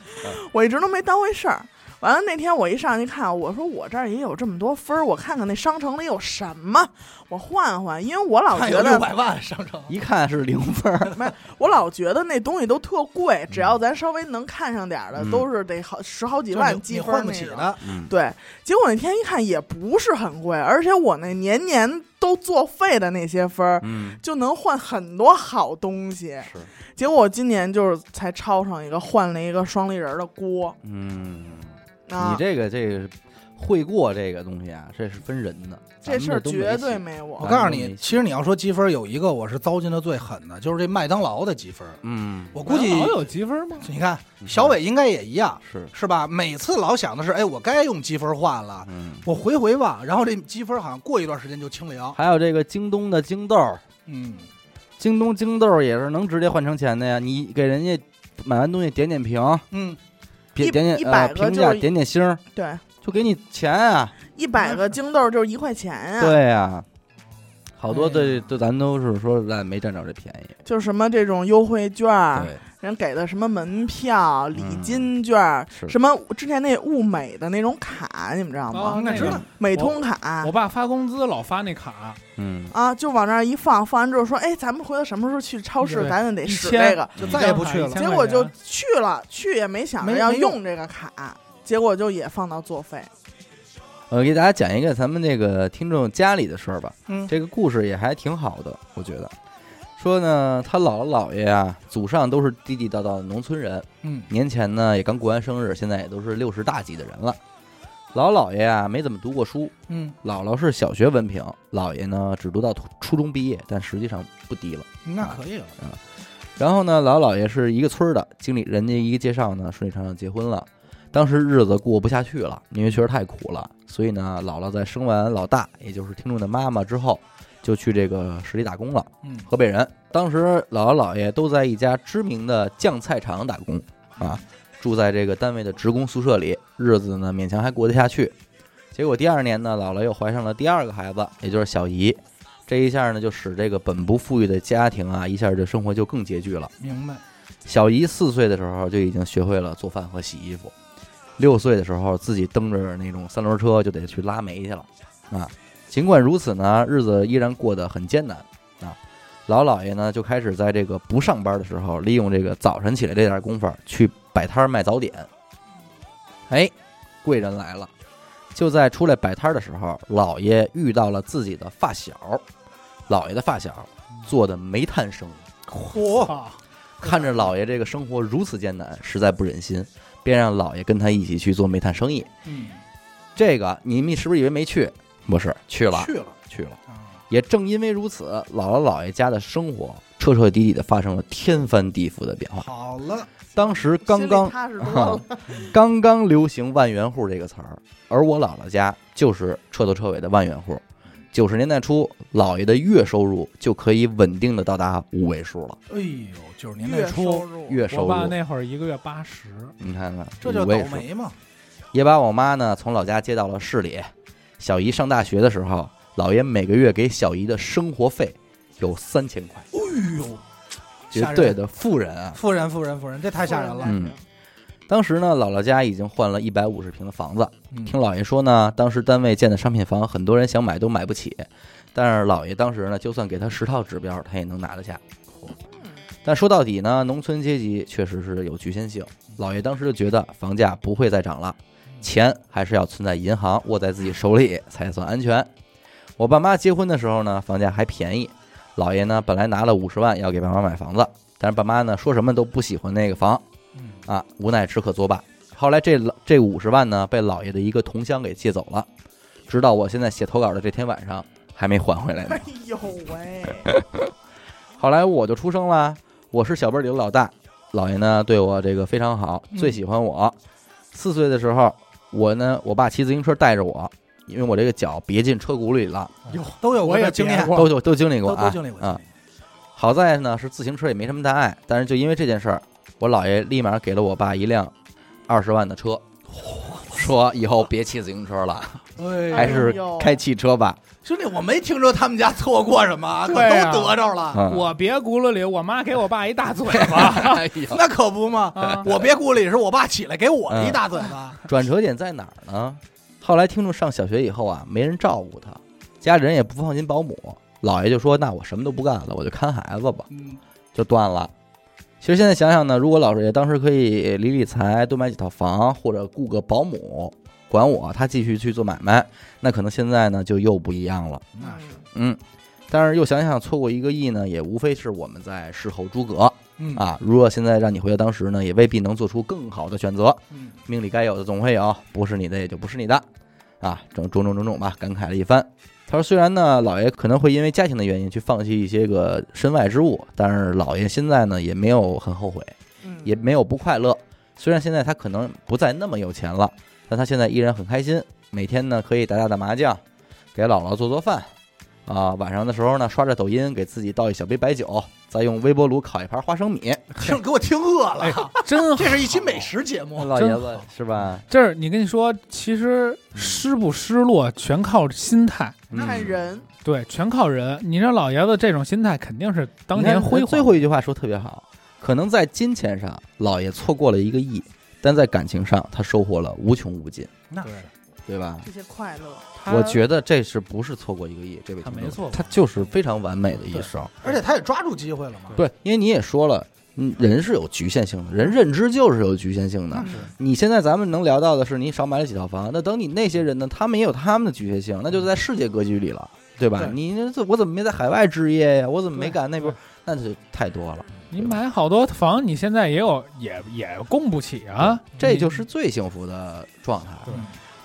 我一直都没当回事儿。完了那天我一上去看，我说我这儿也有这么多分儿，我看看那商城里有什么，我换换，因为我老看觉有得哎六百万上升，一看是零分儿。我老觉得那东西都特贵，只要咱稍微能看上点儿的，嗯都是得好十好几嗯你万你积分换儿不那起种。的。嗯，对，结果那天一看也不是很贵，而且我那年年都作废的那些分儿，嗯就能换很多好东西。是，结果我今年就是才抄上一个，换了一个双立人儿的锅嗯，啊你，这个这个会过这个东西啊，这是分人的。这事儿绝对没。啊没我。我告诉咱都你，没其实你要说积分，有一个我是糟践的最狠的，就是这麦当劳的积分。嗯，我估计老有积分吗？你看小伟应该也一样，是，是吧？每次老想的是，哎，我该用积分换了，嗯，我回回忘，然后这积分好像过一段时间就清零。还有这个京东的京豆儿，嗯，京东京豆儿也是能直接换成钱的呀。你给人家买完东西点点评，嗯，别一点点一呃百个评就价，是点点星儿，对，就给你钱啊。一百个京豆儿就是一块钱啊。对呀，好多哎对呀对，咱都是说咱没占着这便宜。就是什么这种优惠券儿，对，人给的什么门票、礼嗯金券儿，是什么之前那物美的那种卡，你们知道哦吗？那知道。美通卡我爸发工资老发那卡，嗯，啊，就往那儿一放，放完之后说，哎，咱们回头什么时候去超市，对咱就得使一千这个。就再也不去了一千结块钱果就去了，去也没想着没要没用用这个卡，结果就也放到作废。我呃给大家讲一个咱们这个听众家里的事儿吧。嗯这个故事也还挺好的，我觉得。说呢，他姥姥姥爷啊，祖上都是地地道道的农村人，嗯年前呢也刚过完生日，现在也都是六十大几的人了。老姥爷啊没怎么读过书，嗯姥姥是小学文凭，姥爷呢只读到初初中毕业，但实际上不低了。那可以了。然后呢，老姥爷是一个村儿的，经理人家一个介绍呢，顺理成章结婚了。当时日子过不下去了，因为确实太苦了，所以呢，姥姥在生完老大，也就是听众的妈妈之后，就去这个市里打工了。嗯河北人，当时姥姥姥爷都在一家知名的酱菜厂打工啊，住在这个单位的职工宿舍里，日子呢勉强还过得下去。结果第二年呢，姥姥又怀上了第二个孩子，也就是小姨。这一下呢，就使这个本不富裕的家庭啊，一下这生活就更拮据了。明白，小姨四岁的时候就已经学会了做饭和洗衣服，六岁的时候自己蹬着那种三轮车就得去拉煤去了啊。尽管如此呢，日子依然过得很艰难啊。老姥爷呢就开始在这个不上班的时候，利用这个早晨起来这点功夫儿去摆摊儿卖早点。哎，贵人来了！就在出来摆摊儿的时候，老爷遇到了自己的发小，老爷的发小做的煤炭生意。嚯，啊看着老爷这个生活如此艰难，实在不忍心，便让老爷跟他一起去做煤炭生意。嗯，这个你们是不是以为没去？不是，去了，去了去了。啊，也正因为如此，姥姥姥爷家的生活彻彻底底的发生了天翻地覆的变化。好了，当时刚刚心里 踏实多啊了，刚刚流行“万元户”这个词儿，而我姥姥家就是彻头彻尾的万元户。九十年代初，姥爷的月收入就可以稳定的到达五位数了，哎呦，九十年代月收初，入月收我入，爸那会儿一个月八十，你看看，这五就倒位数霉嘛，也把我妈呢从老家接到了市里。小姨上大学的时候，姥爷每个月给小姨的生活费有三千块，哎呦，绝吓人对，的富人啊！富人富人富人，这 太 吓人了，嗯当时呢，姥姥家已经换了一百五十平的房子。嗯听姥爷说呢，当时单位建的商品房，很多人想买都买不起，但是姥爷当时呢，就算给他十套指标，他也能拿得下。但说到底呢，农村阶级确实是有局限性。姥爷当时就觉得房价不会再涨了，钱还是要存在银行，握在自己手里才算安全。我爸妈结婚的时候呢，房价还便宜。姥爷呢，本来拿了五十万要给爸妈买房子，但是爸妈呢说什么都不喜欢那个房，嗯啊，无奈只可作罢。后来这老这五十万呢，被姥爷的一个同乡给借走了，直到我现在写投稿的这天晚上还没还回来呢。哎呦 喂，后来我就出生啦，我是小辈儿里的老大，姥爷呢对我这个非常好，嗯最喜欢我。四岁的时候，我呢，我爸骑自行车带着我，因为我这个脚别进车轱辘里了，有都有过我也这经别验，过都就都经历过都都啊经历过啊。好在呢是自行车也没什么大碍，但是就因为这件事儿，我姥爷立马给了我爸一辆二十万的车，说以后别骑自行车了，哎呦还是开汽车吧。兄弟，我没听说他们家错过什么啊，可对啊都得着了，嗯我别轱辘里，我妈给我爸一大嘴巴 哎呦那可不嘛 啊！我别顾虑，是我爸起来给我一大嘴巴。转折点在哪儿呢？后来听众上小学以后啊，没人照顾他，家人也不放心保姆，姥爷就说：“那我什么都不干了，我就看孩子吧。嗯，”就断了。其实现在想想呢，如果老师爷当时可以理理财，多买几套房，或者雇个保姆管我，他继续去做买卖，那可能现在呢就又不一样了。那是，嗯，但是又想想错过一个亿呢，也无非是我们在事后诸葛嗯，啊。如果现在让你回到当时呢，也未必能做出更好的选择。嗯命里该有的总会有，不是你的也就不是你的，啊，种种种种种吧，感慨了一番。他说：“虽然呢，姥爷可能会因为家庭的原因去放弃一些个身外之物，但是姥爷现在呢也没有很后悔，嗯也没有不快乐。虽然现在他可能不再那么有钱了，但他现在依然很开心。每天呢可以打打打麻将，给姥姥做做饭，啊，晚上的时候呢刷着抖音，给自己倒一小杯白酒，再用微波炉烤一盘花生米。听给我听饿了。真这是一期美食节目，老爷真子好是吧？这儿你跟你说，其实失不失落全靠心态，嗯看人，对，全靠人。你让老爷子这种心态，肯定是当年你看辉煌。呃最后一句话说得特别好，可能在金钱上，老爷错过了一个亿，但在感情上，他收获了无穷无尽，那对，对吧？这些快乐，他我觉得这是不是错过一个亿？这位他听众没错过他就是非常完美的一手。而且他也抓住机会了嘛。对，因为你也说了，嗯，人是有局限性的，人认知就是有局限性的。嗯你现在咱们能聊到的是，你少买了几套房，那等你那些人呢，他们也有他们的局限性，那就在世界格局里了，对吧？对你这我怎么没在海外置业呀？我怎么没对干那边对？那就太多了。你买好多房，你现在也有也也供不起啊，这就是最幸福的状态。对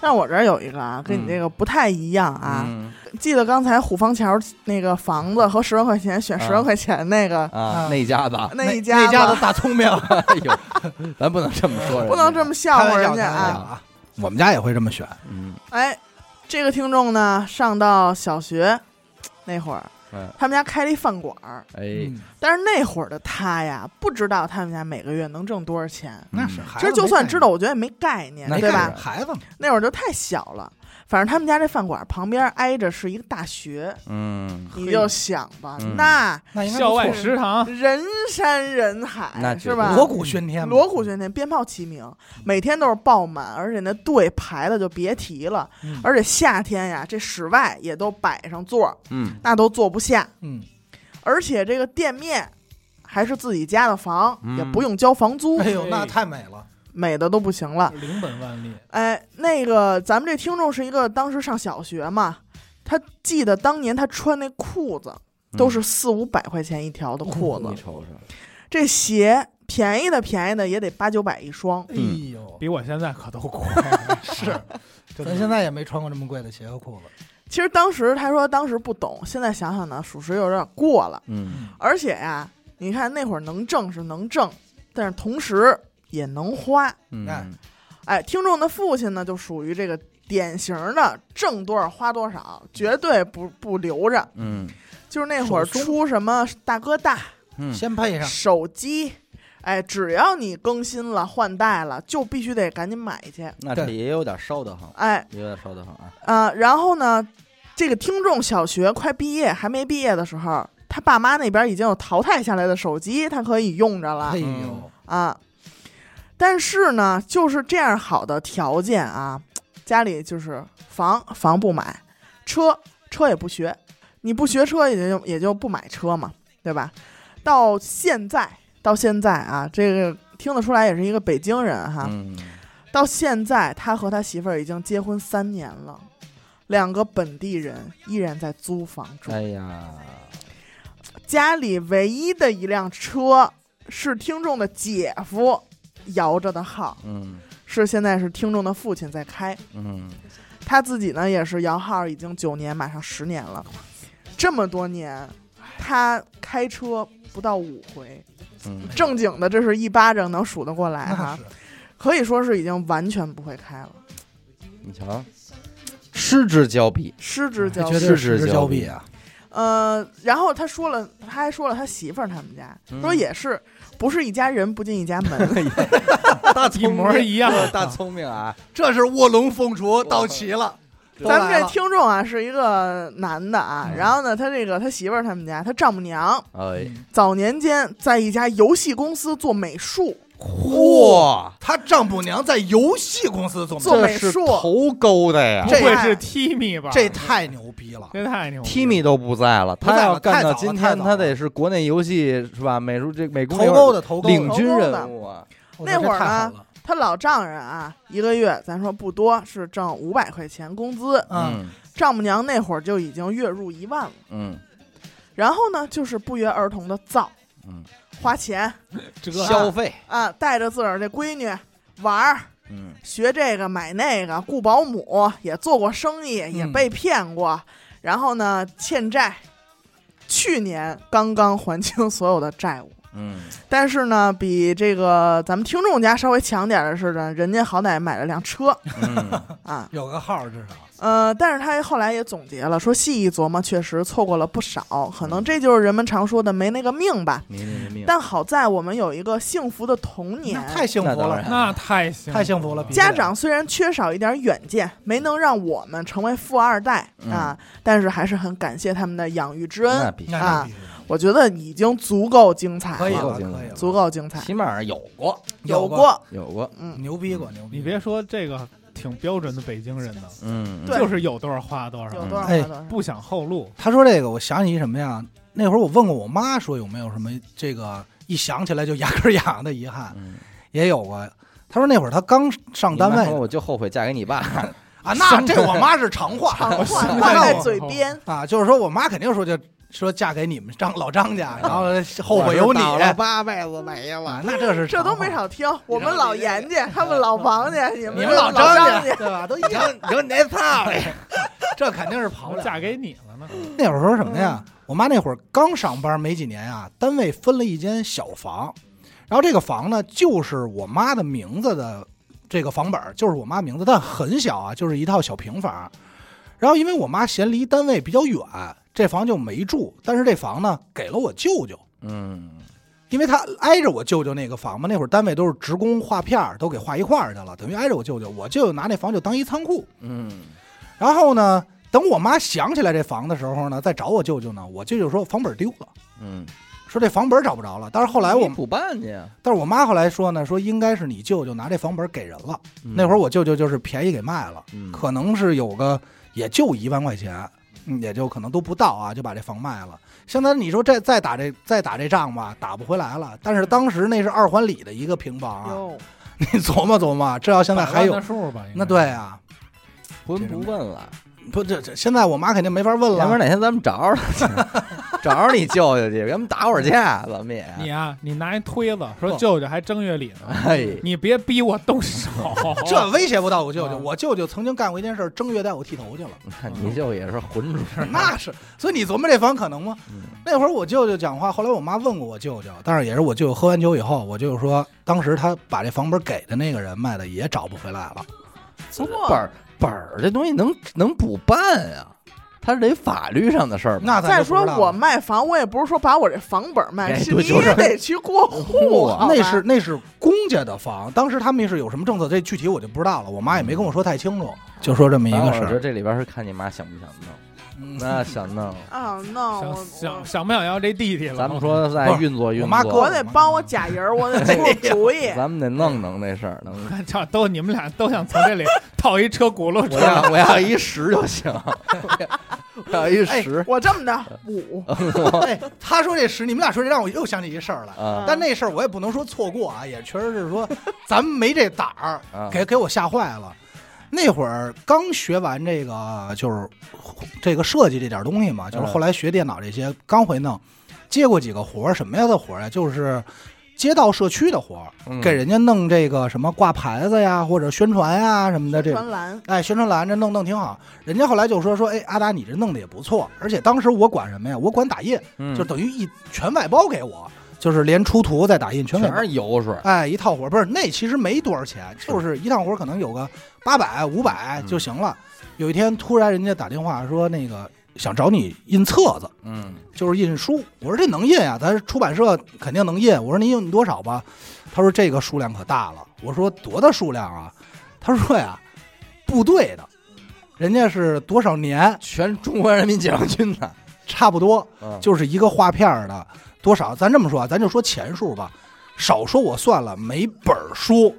但我这儿有一个啊，嗯跟你这个不太一样啊。嗯记得刚才虎坊桥那个房子和十万块钱选啊十万块钱那个、啊啊，那家子，那一那家吧的大聪明，哎呦，咱不能这么说人家，嗯不能这么笑开话玩笑，人开家玩笑啊！啊！我们家也会这么选，嗯，哎，这个听众呢，上到小学那会儿嗯，他们家开了一饭馆儿，哎，嗯但是那会儿的他呀，不知道他们家每个月能挣多少钱。那是孩其子实没就算概知道，念，我觉得也没概念，那对当吧然？孩子嘛，那会儿就太小了。反正他们家这饭馆旁边挨着是一个大学，嗯，你就想吧，嗯那那应该校外是食堂，人山人海，那绝是对吧？锣鼓喧天嘛，锣鼓喧天，鞭炮齐鸣，嗯每天都是爆满，而且那队排的就别提了。嗯而且夏天呀，这室外也都摆上座儿，嗯那都坐不下。嗯，而且这个店面还是自己家的房，嗯也不用交房租，哎呦，那太美了，美的都不行了。零本万利，哎，那个咱们这听众是一个当时上小学嘛，他记得当年他穿那裤子嗯都是四五百块钱一条的裤子，嗯你瞅瞅，这鞋便宜的便宜的也得八九百一双。哎嗯呦，比我现在可都 贵。是，咱现在也没穿过这么贵的鞋和裤子，其实当时他说当时不懂，现在想想呢，属实有点过了。嗯而且呀、你看那会儿能挣是能挣，但是同时也能花。嗯哎，哎，听众的父亲呢，就属于这个典型的挣多少花多少，绝对不不留着。嗯就是那会儿手中出什么大哥大、嗯，先配上，手机，哎，只要你更新了、换代了，就必须得赶紧买去。那这也有点烧得慌，哎也有点烧得慌啊，啊、然后呢，这个听众小学快毕业还没毕业的时候，他爸妈那边已经有淘汰下来的手机，他可以用着了哎呦嗯，啊。但是呢，就是这样好的条件啊，家里就是房房不买，车车也不学，你不学车也就也就不买车嘛，对吧？到现在到现在啊，这个听得出来也是一个北京人哈，嗯到现在，他和他媳妇儿已经结婚三年了，两个本地人依然在租房住。哎呀，家里唯一的一辆车是听众的姐夫摇着的号，嗯是现在是听众的父亲在开。嗯他自己呢也是摇号已经九年，马上十年了，这么多年，他开车不到五回，嗯，正经的这是一巴掌能数得过来那哈是，，可以说是已经完全不会开了，你瞧，失之交臂，失之交这臂。绝失之对失之交交臂臂啊，呃，然后他说了，他还说了他媳妇儿他们家，嗯说也是，不是一家人不进一 家门，大一模一样大聪明啊，这是卧龙凤雏到齐了，都咱们嗯来这了听众啊是一个男的啊，嗯然后呢，他这个他媳妇儿他们家，他丈母娘哎，早年间在一家游戏公司做美术，嚯，他丈母娘在游戏公司做做美，这美是术头勾的呀不 这会还是 Timmy 吧？这太牛逼了，这太牛逼了 Timmy 都不在了，不在他了要干到太早了今太天，早他了得是国内游戏是吧？美术这美工头那钩会儿的哦头钩的，领军人物啊，我觉得那会儿这太好呢了，他老丈人啊，一个月咱说不多，是挣五百块钱工资，嗯，丈母娘那会儿就已经月入一万了，嗯然后呢，就是不约而同的造，嗯，花钱这消费，啊，带着自个儿这闺女玩儿。嗯学这个买那个，雇保姆也做过生意，也被骗过，然后呢欠债，去年刚刚还清所有的债务。嗯但是呢，比这个咱们听众家稍微强点的是呢，人家好歹买了辆车嗯啊，有个号儿至少，呃，但是他后来也总结了，说细一琢磨，确实错过了不少，可能这就是人们常说的没那个命吧。没那 个命，但好在我们有一个幸福的童年那，太幸福那当然了，那太幸太幸福了比家长虽然缺少一点远见，没能让我们成为富二代、嗯啊，但是还是很感谢他们的养育之那恩。必须那啊那必须的我觉得已经足够精彩可以足够了，了，精彩可以了，足够精彩，起码有过有过，过。有过，嗯，牛逼过，牛逼，你别说这个挺标准的北京人呢，嗯，对就是有多少花多有少，多少话哎多少。嗯不想后路。他说这个，我想起一什么呀？那会儿我问过我妈，说有没有什么这个一想起来就牙根痒的遗憾，嗯，也有过。她说那会儿她刚上你单妈说 位我就后悔嫁给你爸，啊，那这我妈是常话 常话我挂在我嘴边， 啊，就是说我妈肯定说就说嫁给你们张老张 家，然后后悔有 有你了啊，八辈子没了，那这是这都常话没，少挑。我们老严家，他们老王家，你们你这们老张张家家对吧？都一 样，有你那操嘞，这肯定是跑不了。嗯嫁给你了呢，那会儿说什么呀？我妈那会儿刚上班没几年啊，单位分了一间小房，然后这个房呢就是我妈的名字的这个房本儿，就是我妈名字，但很小啊，就是一套小平房。然后因为我妈嫌离单位比较远，这房就没住，但是这房呢给了我舅舅，嗯因为他挨着我舅舅那个房嘛，那会儿单位都是职工划片儿，都给划一块儿去了，等于挨着我舅舅，我舅舅拿那房就当一仓库。嗯然后呢，等我妈想起来这房的时候呢，再找我舅舅呢，我舅舅说房本丢了，嗯，说这房本找不着了。但是后来我你，补办去啊，但是我妈后来说呢，说应该是你舅舅拿这房本给人了。那会儿儿我舅舅就是便宜给卖了，嗯可能是有个也就一万块钱，嗯也就可能都不到啊，就把这房卖了。相当于你说这再打这再打这仗吧，打不回来了。但是当时那是二环里的一个平房啊，哟， 你琢磨琢磨，这要现在还百万有的数吧？应该那对，啊，不闻不问了，不这这现在我妈肯定没法问要不然了。哪天咱们找着他 去，找着你舅舅去，给我们打会儿架，咱们也，你啊，你拿一推子说不。舅舅还正月里呢，哎，你别逼我动手这威胁不到我舅舅，哦啊我舅舅曾经干过一件事儿，正月带我剃头去了，看你舅也是混主， 那是，所以你琢磨这房可能吗？嗯那会儿我舅舅讲话，后来我妈问过我舅舅，但是也是我舅舅喝完酒以后，我舅舅说，当时他把这房本给的那个人卖的也找不回来了。错本儿本儿这东西能能补办啊，它是得法律上的事儿嘛，那咱再就不说知道我了卖房，我也不是说把我这房本卖，哎是对你就是也 得去过户，好吧那是那是公家的房，当时他们是有什么政策，这具体我就不知道了。我妈也没跟我说太清楚，就说这么一反正个我事觉得儿。这里边是看你妈想不想弄，嗯 那想弄，啊，no，想我想想不想要这弟弟了？咱们说再运作运我妈我我作，得帮我假人儿，我得出出主意。咱们得弄弄这事儿，能。 这都你们俩都想从这里套一车轱辘出我来要，我要一十就行，我要一十我这么的五，哎，他说这事，你们俩说这让我又想起一事儿来。啊但那事儿我也不能说错过啊，也确实是说咱们没这胆 儿，啊！给给我吓坏了。那会儿刚学完这个，就是这个设计这点东西嘛，就是嗯后来学电脑这些，刚会弄，接过几个活儿，什么样的活儿呀？就是街道社区的活儿，嗯给人家弄这个什么挂牌子呀，或者宣传呀什么的这嗯种专。栏哎，宣传栏这弄弄挺好，人家后来就说说，哎，阿达你这弄得也不错，而且当时我管什么呀？我管打印，嗯就等于一全外包给我，就是连出图再打印全给全是油水，哎，一套活儿不是那其实没多少钱，就是一趟活儿可能有个八百五百嗯就行了。有一天突然人家打电话说那个想找你印册子，嗯，就是印书。我说这能印啊，咱出版社肯定能印。我说您印多少吧？他说这个数量可大了。我说多大数量啊？他说呀，部队的，人家是多少年全中国人民解放军的，差不多。 嗯就是一个画片儿的多少？咱这么说啊，咱就说钱数吧，少说我算了，每本儿书，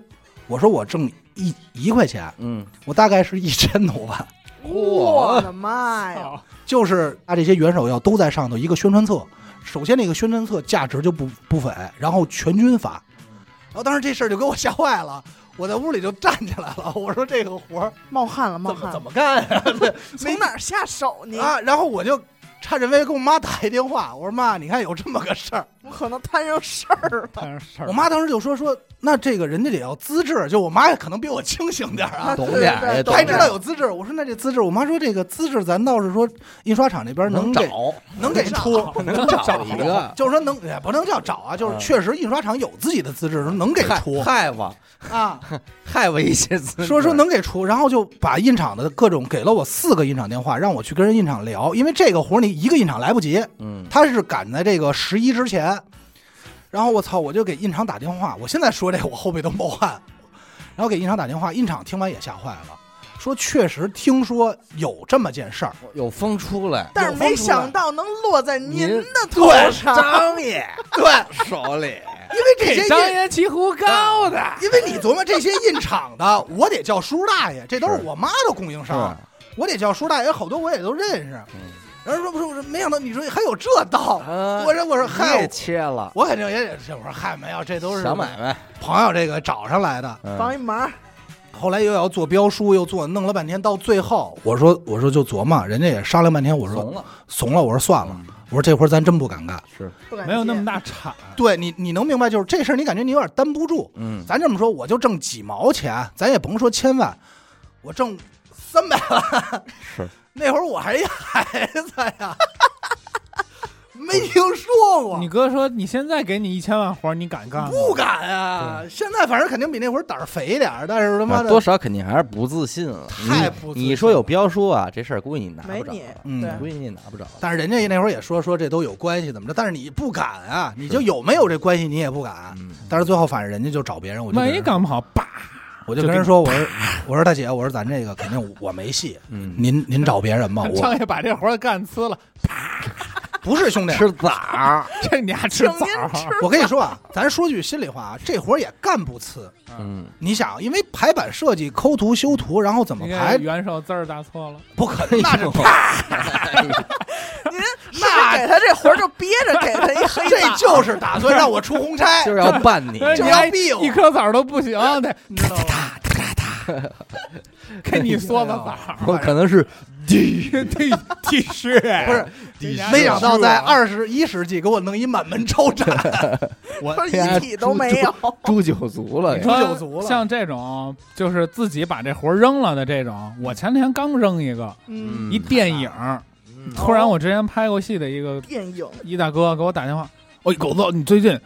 我说我挣一一块钱，嗯，我大概是一千多万，哇我的妈呀！操就是他这些元首要都在上头一个宣传册，首先那个宣传册价值就不不菲，然后全军发，然后当时这事儿就给我吓坏了。我在屋里就站起来了，我说这个活儿冒汗了，冒怎汗么怎了，么干呀、从哪儿下手呢？啊？然后我就趁着为给我妈打一电话，我说妈，你看有这么个事儿，我可能摊上事儿了。摊上事儿啊我妈当时就说说，那这个人家得要资质，就我妈可能比我清醒点儿啊，懂点对对儿也对懂还点知儿，道有资质。我说那这资质，我妈说这个资质咱倒是说印刷厂那边能给找能给出，能找一个，就是说能也不能叫找啊，就是嗯确实印刷厂有自己的资质，说能给出害我啊， 害我一些资，说说能给出，然后就把印厂的各种给了我四个印厂电话，让我去跟人印厂聊，因为这个活儿你一个印厂来不及，嗯，他是赶在这个十一之前，然后我操，我就给印厂打电话，我现在说这我后背都冒汗，然后给印厂打电话，印厂听完也吓坏了，说确实听说有这么件事儿，嗯有风出来，但是没想到能落在您您的头 上，张爷 对手里，因为这些啊给张印，爷骑胡高的，因为你琢磨这些印厂 的，我得叫叔大爷，这都嗯是我妈的供应商，我得叫叔大爷，好多我也都认识嗯。然后说不是，我说没想到你说还有这道，啊我说我说你嗨也，切了，我肯定也得这，我说嗨没有，这都是小买卖，朋友这个找上来的。嗯帮一忙。后来又要做标书，又做，弄了半天，到最后我说我说就琢磨，人家也商量半天，我说怂了，嗯怂了，我说算了，我说这活儿咱真不敢干。是，不敢没有那接么大产，对你，你能明白就是这事儿，你感觉你有点担不住。哎嗯，咱这么说，我就挣几毛钱，咱也甭说千万，我挣三百万。 是，那会儿我还一孩子呀， 没听说过你，哥说你现在给你一千万活儿，你敢干吗？不敢啊！现在反正肯定比那会儿胆儿肥点儿，但是他妈啊的多少肯定还是不自信了。太不自你信你说有标书啊，这事儿估计你拿没不着，你，嗯对估计你拿不着。但是人家那会儿也说说这都有关系怎么着，但是你不敢啊，你就有没有这关系你也不敢。嗯，但是最后反正人家就找别人，我就万跟一人干不好，叭，我就跟人就说，我 说我说大姐，我说咱这个肯定我没戏，嗯您您找别人吧，我 张爷把这活儿干呲 了，不是兄弟。吃枣，这你还吃请枣啊您儿？吃我跟你说啊，咱说句心里话啊，这活儿也干不次。嗯，你想，因为排版设计、抠图、修图，然后怎么应该排，元首字儿打错了，不可 能。哎那就您是不是给他这活儿就憋着给他一黑这板就是打算让我出红 差，就是要办 你。哎就 你要还逼我一颗枣儿都不行，得你知道吗？给 你嗦的枣哎儿， 我可能是地地地师不是，没想啊到在二十一世纪给我弄一满门抄斩。他遗体都没有， 诛九族了呀。你说诛九族哎了呃像这种就是自己把这活儿扔了的这种，我前天刚扔一个嗯，一电影儿，嗯突哦然我之前拍过戏的一个电影一大哥给我打电话，哎，狗子，你最近嗯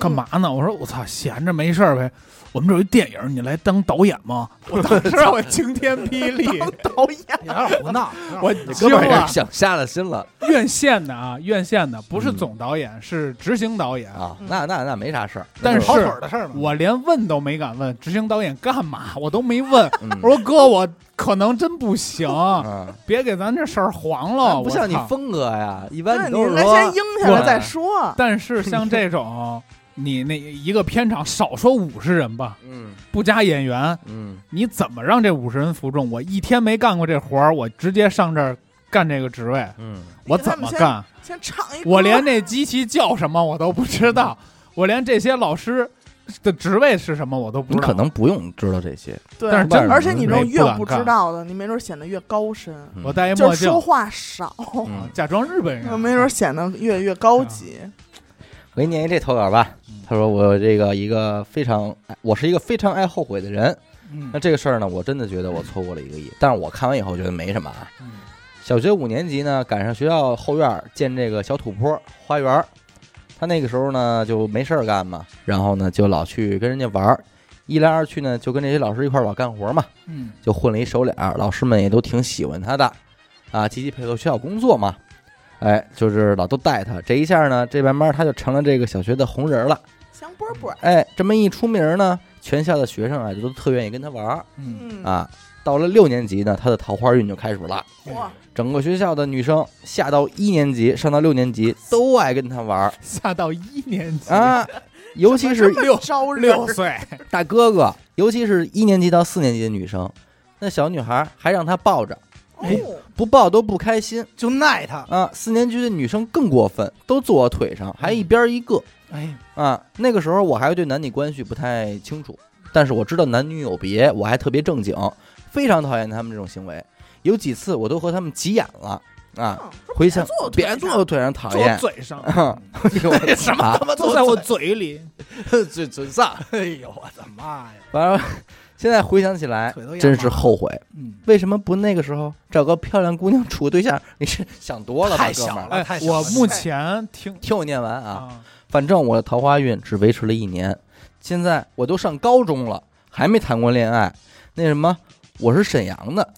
干嘛呢？我说我操，闲着没事儿呗。我们这有一电影，你来当导演吗？我当时我晴天霹雳，嗯导演有点胡闹，我你嗯惊哥们儿了也。想下了心了院线的啊，院线的不是嗯总导演，是执行导演。啊！嗯那那那没啥事儿，但是跑腿儿的事儿嘛。我连问都没敢问，执行导演干嘛？我都没问。嗯我说哥，我可能真不行，嗯， 别给咱这事儿黄了。哎不像你我操风格呀，一般对，你都是你应该说先应下来再说。但是像这种，你那一个片场少说五十人吧，嗯不加演员，嗯你怎么让这五十人服众？我一天没干过这活儿，我直接上这儿干这个职位，嗯，我怎么干？先唱一歌，我连那机器叫什么我都不知道，我连这些老师的职位是什么我都不你知道。可能不用知道这些，对，但是真而且你这种没越不敢不知干道的，你没准显得越高深，嗯我戴一就墨是镜，啊说话 少，嗯假装日本人。 没准显得越越高级。我给你念一这投稿吧嗯。他说我有这个一个非常，我是一个非常爱后悔的人。嗯那这个事儿呢，我真的觉得我错过了一个亿，但是我看完以后觉得没什么啊。嗯小学五年级呢，赶上学校后院儿建这个小土坡花园儿，他那个时候呢就没事儿干嘛，然后呢就老去跟人家玩儿，一来二去呢就跟这些老师一块儿老干活嘛，嗯，就混了一手脸儿，老师们也都挺喜欢他的，啊，积极配合学校工作嘛，哎，就是老都带他，这一下呢，这慢慢他就成了这个小学的红人了，香饽饽，哎，这么一出名儿呢，全校的学生啊就都特愿意跟他玩儿嗯，嗯，啊。到了六年级呢，他的桃花运就开始了。嗯哇，整个学校的女生下到一年级，上到六年级都爱跟他玩 儿下到一年级，啊，尤其是六招人 六岁，大哥哥，尤其是一年级到四年级的女生，那小女孩还让他抱着，哎哦，不抱都不开心就耐他。啊。四年级的女生更过分，都坐我腿上，还一边一个哎，啊。那个时候我还对男女关系不太清楚，但是我知道男女有别，我还特别正经，非常讨厌他们这种行为。有几次我都和他们急眼了啊。哦嗯回想坐我腿别上坐我腿上，讨坐厌。嘴上，哎呦我什么操他妈坐都在我嘴里。 嘴唇上。哎呦我的妈呀！完了，现在回想起来腿都压，哎真是后悔，嗯，为什么不那个时候找个漂亮姑娘处个对象？你是想多了吧，太哥们小儿。了，哎啊太，小了。我目前听听我念完啊，啊，反正我的桃花运只维持了一年，现在我都上高中了，还没谈过恋爱。那什么，我是沈阳的，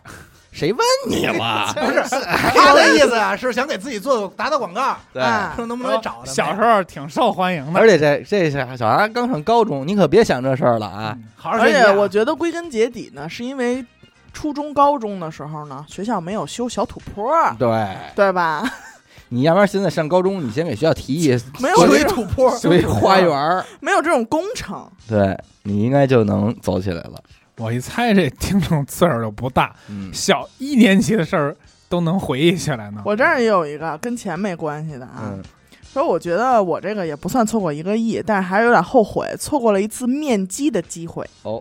谁问你了？ 不是他的意思啊，是想给自己做打打广告，对。啊说能不能找他。小时候挺受欢迎 的而，且这这小小孩刚上高中，你可别想这事儿了啊！嗯好好而学习且啊。我觉得归根结底呢，是因为初中、高中的时候呢，学校没有修小土坡儿，对对吧？ 你，要不然现在上高中，你先给学校提 议没有候这水种土坡，作为花园儿，没有这种工程，对你应该就能走起来了。我一猜这听众岁数就不大，嗯，小一年级的事儿都能回忆起来呢。我这儿也有一个跟钱没关系的啊。嗯所以我觉得我这个也不算错过一个亿，但是还是有点后悔，错过了一次面基的机会。哦，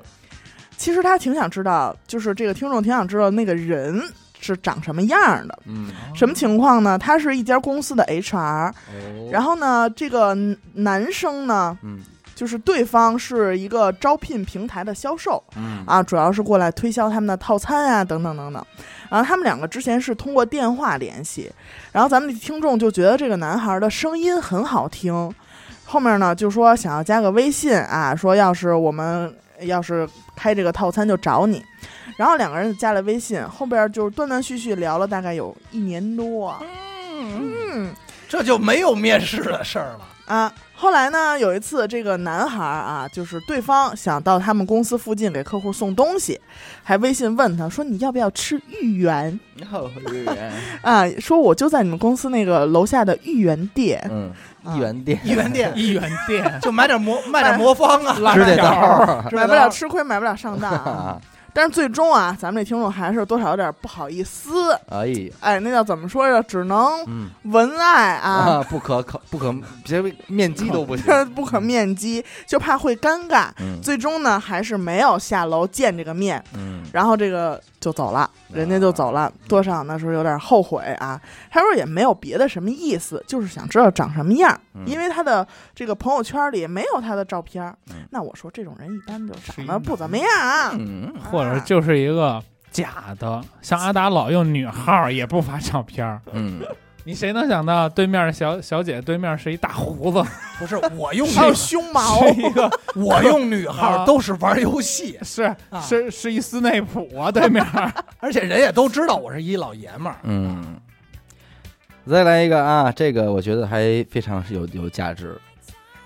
其实他挺想知道，就是这个听众挺想知道那个人是长什么样儿的，嗯，啊什么情况呢？他是一家公司的 HR，哦然后呢，这个男生呢，嗯，就是对方是一个招聘平台的销售嗯啊，主要是过来推销他们的套餐啊，等等等等。然后他们两个之前是通过电话联系，然后咱们的听众就觉得这个男孩的声音很好听，后面呢就说想要加个微信啊，说要是我们要是开这个套餐就找你。然后两个人就加了微信，后边就是断断续续聊了大概有一年多。啊嗯这就没有面试的事儿了。啊，后来呢，有一次这个男孩儿啊，就是对方想到他们公司附近给客户送东西，还微信问他说你要不要吃芋圆你好，玉 园，啊？说我就在你们公司那个楼下的芋圆店，嗯，啊一元店，一元店一元 店就买点魔，卖点魔方啊，知这道儿啊买不了吃亏，买不了上当、啊。啊，但是最终啊，咱们这听众还是多少有点不好意思，哎呀，哎，那叫怎么说呀？只能嗯文爱啊，啊，不可考，不可，别面基都不行， 不可面基，就怕会尴尬。嗯最终呢，还是没有下楼见这个面，嗯，然后这个就走啊了，人家就走了，多少那时候有点后悔啊。他说也没有别的什么意思，就是想知道长什么样，嗯因为他的这个朋友圈里没有他的照片。嗯那我说这种人一般就长是得一不怎么样啊，嗯，啊 或者就是一个假的，像阿达老用女号儿也不发照片儿。嗯，你谁能想到对面小小姐对面是一大胡子，不是我用还有女，胸毛， 是一个 我用女号啊都是玩游戏，是啊是是一斯内普啊？对面儿而且人也都知道我是一老爷们儿。嗯，再来一个啊，这个我觉得还非常是有有价值。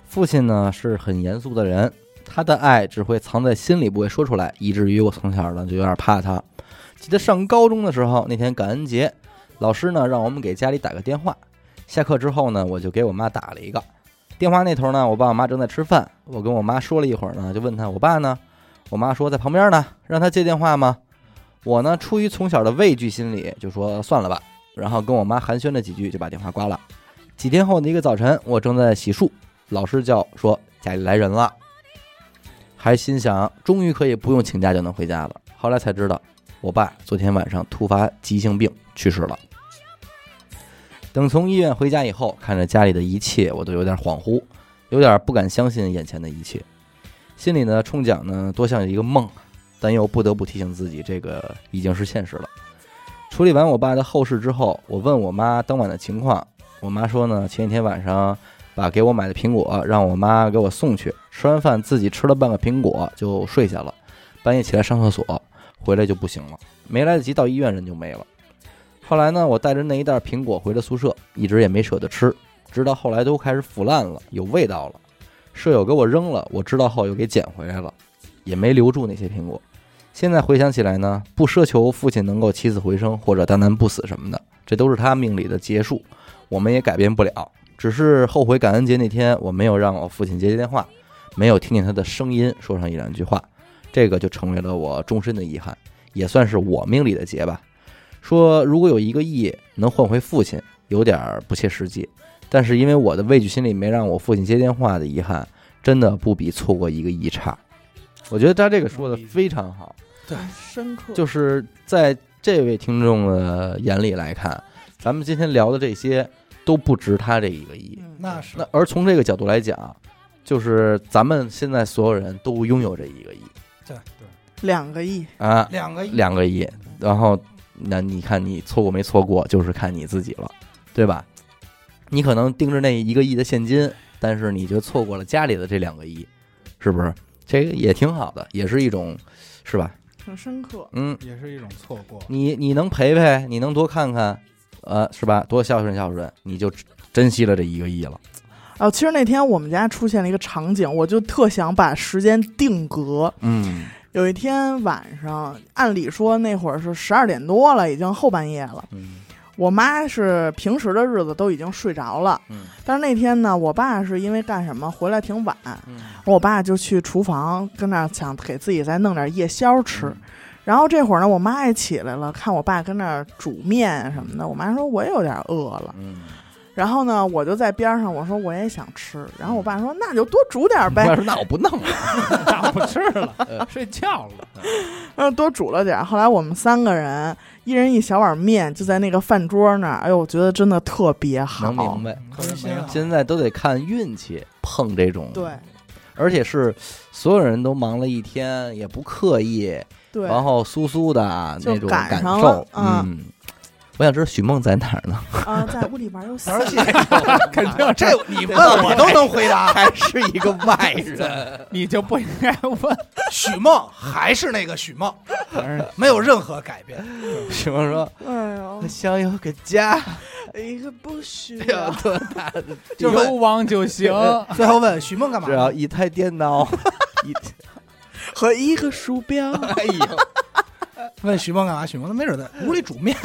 父亲呢是很严肃的人，他的爱只会藏在心里，不会说出来，以至于我从小呢就有点怕他。记得上高中的时候，那天感恩节，老师呢让我们给家里打个电话。下课之后呢，我就给我妈打了一个电话，那头呢，我爸我妈正在吃饭，我跟我妈说了一会儿呢，就问他我爸呢，我妈说在旁边呢，让他接电话吗？我呢，出于从小的畏惧心理，就说算了吧，然后跟我妈寒暄了几句，就把电话挂了。几天后的一个早晨，我正在洗漱，老师叫说家里来人了，还心想终于可以不用请假就能回家了。后来才知道，我爸昨天晚上突发急性病去世了。等从医院回家以后，看着家里的一切，我都有点恍惚，有点不敢相信眼前的一切，心里呢冲奖呢多像一个梦。但又不得不提醒自己，这个已经是现实了。处理完我爸的后事之后，我问我妈当晚的情况，我妈说呢，前几天晚上把给我买的苹果让我妈给我送去，吃完饭自己吃了半个苹果就睡下了，半夜起来上厕所，回来就不行了，没来得及到医院人就没了。后来呢，我带着那一袋苹果回了宿舍，一直也没舍得吃，直到后来都开始腐烂了，有味道了。舍友给我扔了，我知道后又给捡回来了，也没留住那些苹果。现在回想起来呢，不奢求父亲能够起死回生或者大难不死什么的，这都是他命里的结束，我们也改变不了。只是后悔感恩节那天我没有让我父亲接电话，没有听见他的声音说上一两句话，这个就成为了我终身的遗憾，也算是我命里的劫吧。说如果有一个亿能换回父亲，有点儿不切实际，但是因为我的畏惧心理没让我父亲接电话的遗憾，真的不比错过一个亿差。我觉得他这个说的非常好。深刻。就是在这位听众的眼里来看，咱们今天聊的这些都不值他这一个亿。嗯那是那而从这个角度来讲，就是咱们现在所有人都拥有这一个亿对两个亿，啊，两个亿两个亿。然后，那你看你错过没错过，就是看你自己了，对吧？你可能盯着那一个亿的现金，但是你就错过了家里的这两个亿，是不是？这个也挺好的，也是一种，是吧？挺深刻。嗯，也是一种错过。你你能陪陪，你能多看看，呃，是吧？多孝顺孝顺，你就珍惜了这一个亿了。哦，其实那天我们家出现了一个场景，我就特想把时间定格，嗯有一天晚上，按理说那会儿是十二点多了，已经后半夜了。嗯我妈是平时的日子都已经睡着了，嗯但是那天呢，我爸是因为干什么回来挺晚，嗯我爸就去厨房跟那儿想给自己再弄点夜宵吃。嗯然后这会儿呢，我妈也起来了，看我爸跟那儿煮面什么的，我妈说我也有点饿了。嗯，然后呢，我就在边上，我说我也想吃。然后我爸说那就多煮点儿呗。要是那我不弄了。那不吃了， 睡觉了。嗯，多煮了点儿。后来我们三个人一人一小碗面，就在那个饭桌那儿。哎呦，我觉得真的特别好。能明白，真心啊现在都得看运气碰这种。对，而且是所有人都忙了一天，也不刻意，对，然后酥酥的啊就那种赶感上受了，啊嗯。我想知道许梦在哪儿呢？啊，在屋里玩游戏，玩游戏， 肯 定这你问我都能回答。 还是一个外人，你就不应该问。许梦还是那个许梦，没有任何改变。 许梦说 哎呦：“ 我，想有个家，一个不需有要，多大的 就是有网就行。最后问许梦干嘛只？要一台电 脑，一和一个鼠标， 哎呦，问许梦干嘛？许梦他没准在屋里煮面。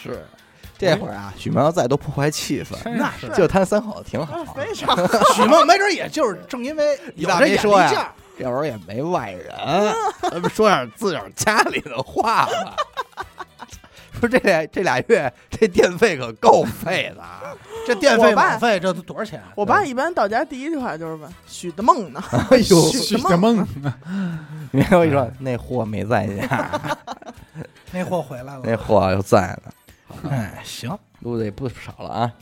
是 这会儿啊，许梦要在都破坏气氛，真那是就他三口挺好啊，，非常许梦没准也就是正因为有这眼一大没力说劲儿呀，这会儿也没外人，咱们说点自个儿家里的话吧。说这俩这俩月这电费可够费的啊！这电费我爸网费这都多少钱？ 啊我爸一般到家第一句话就是问许的梦呢，哎呦，许个梦， 你看我跟你说，那货没在家，那货回来那了。货又在呢，哎，行，录的也不少了啊。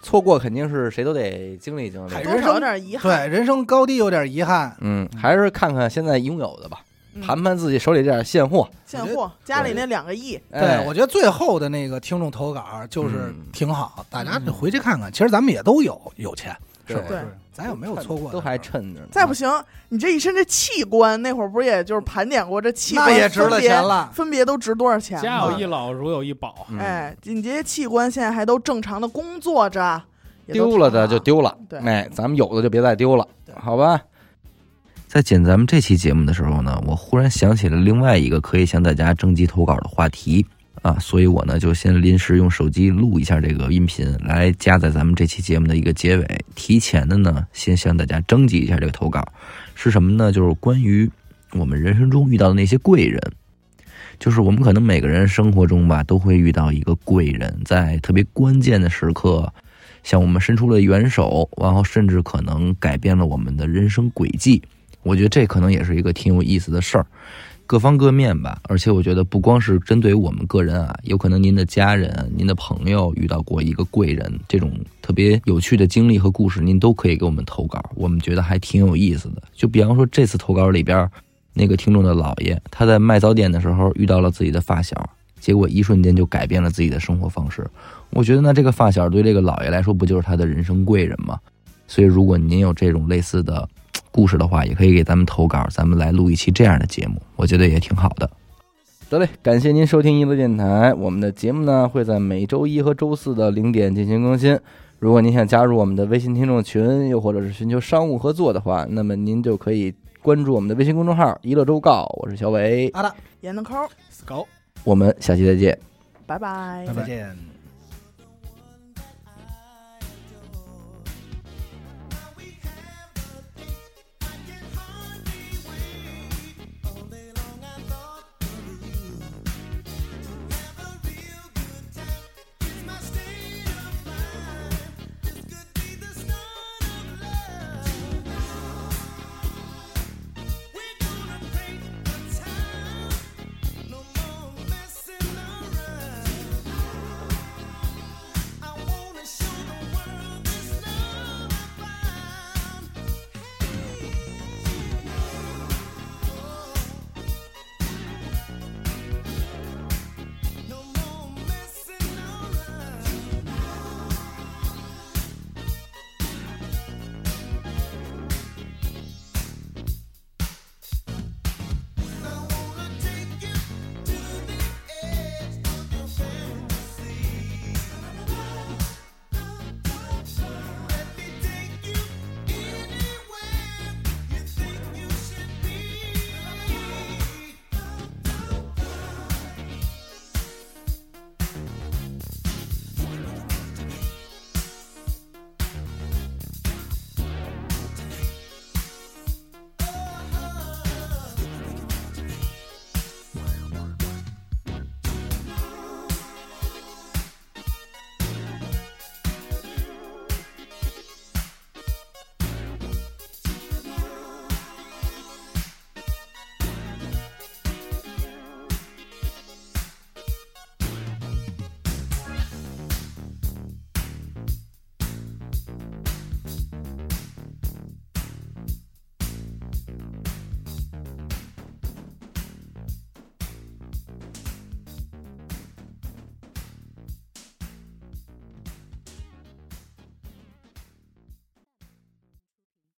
错过肯定是谁都得经历经历还，多少有点遗憾。对人生高低有点遗憾。嗯，还是看看现在拥有的吧，嗯盘盘自己手里这点现货。现货，家里那两个亿，哎对，我觉得最后的那个听众投稿就是嗯嗯挺好，大家就回去看看。其实咱们也都有有钱，是吧？对咱有没有错过的事儿？都还趁着呢，再不行，你这一身这器官，那会儿不是也就是盘点过这器官那也值了分别钱了分别都值多少钱家吗啊有一？老，如有一宝。嗯哎，你这些器官现在还都正常的工作着，也都丢了的挺就好丢了，对哎，咱们有的就别再丢了对，好吧？在剪咱们这期节目的时候呢，我忽然想起了另外一个可以向大家征集投稿的话题啊，所以我呢就先临时用手机录一下这个音频，来加在咱们这期节目的一个结尾。提前的呢，先向大家征集一下这个投稿，是什么呢？就是关于我们人生中遇到的那些贵人。就是我们可能每个人生活中吧，都会遇到一个贵人，在特别关键的时刻，向我们伸出了援手，然后甚至可能改变了我们的人生轨迹。我觉得这可能也是一个挺有意思的事儿，各方各面吧。而且我觉得不光是针对我们个人啊，有可能您的家人、您的朋友遇到过一个贵人，这种特别有趣的经历和故事，您都可以给我们投稿，我们觉得还挺有意思的。就比方说这次投稿里边儿，那个听众的姥爷，他在卖早点的时候遇到了自己的发小，结果一瞬间就改变了自己的生活方式。我觉得那这个发小对这个姥爷来说，不就是他的人生贵人吗？所以，如果您有这种类似的嘖故事的话，也可以给咱们投稿，咱们来录一期这样的节目，我觉得也挺好的。得嘞，感谢您收听一乐电台。我们的节目呢会在每周一和周四的零点进行更新。如果您想加入我们的微信听众群，又或者是寻求商务合作的话，那么您就可以关注我们的微信公众号“一乐周告”。我是小伟，好的，严的抠， Skull 我们下期再见。拜拜拜拜再见。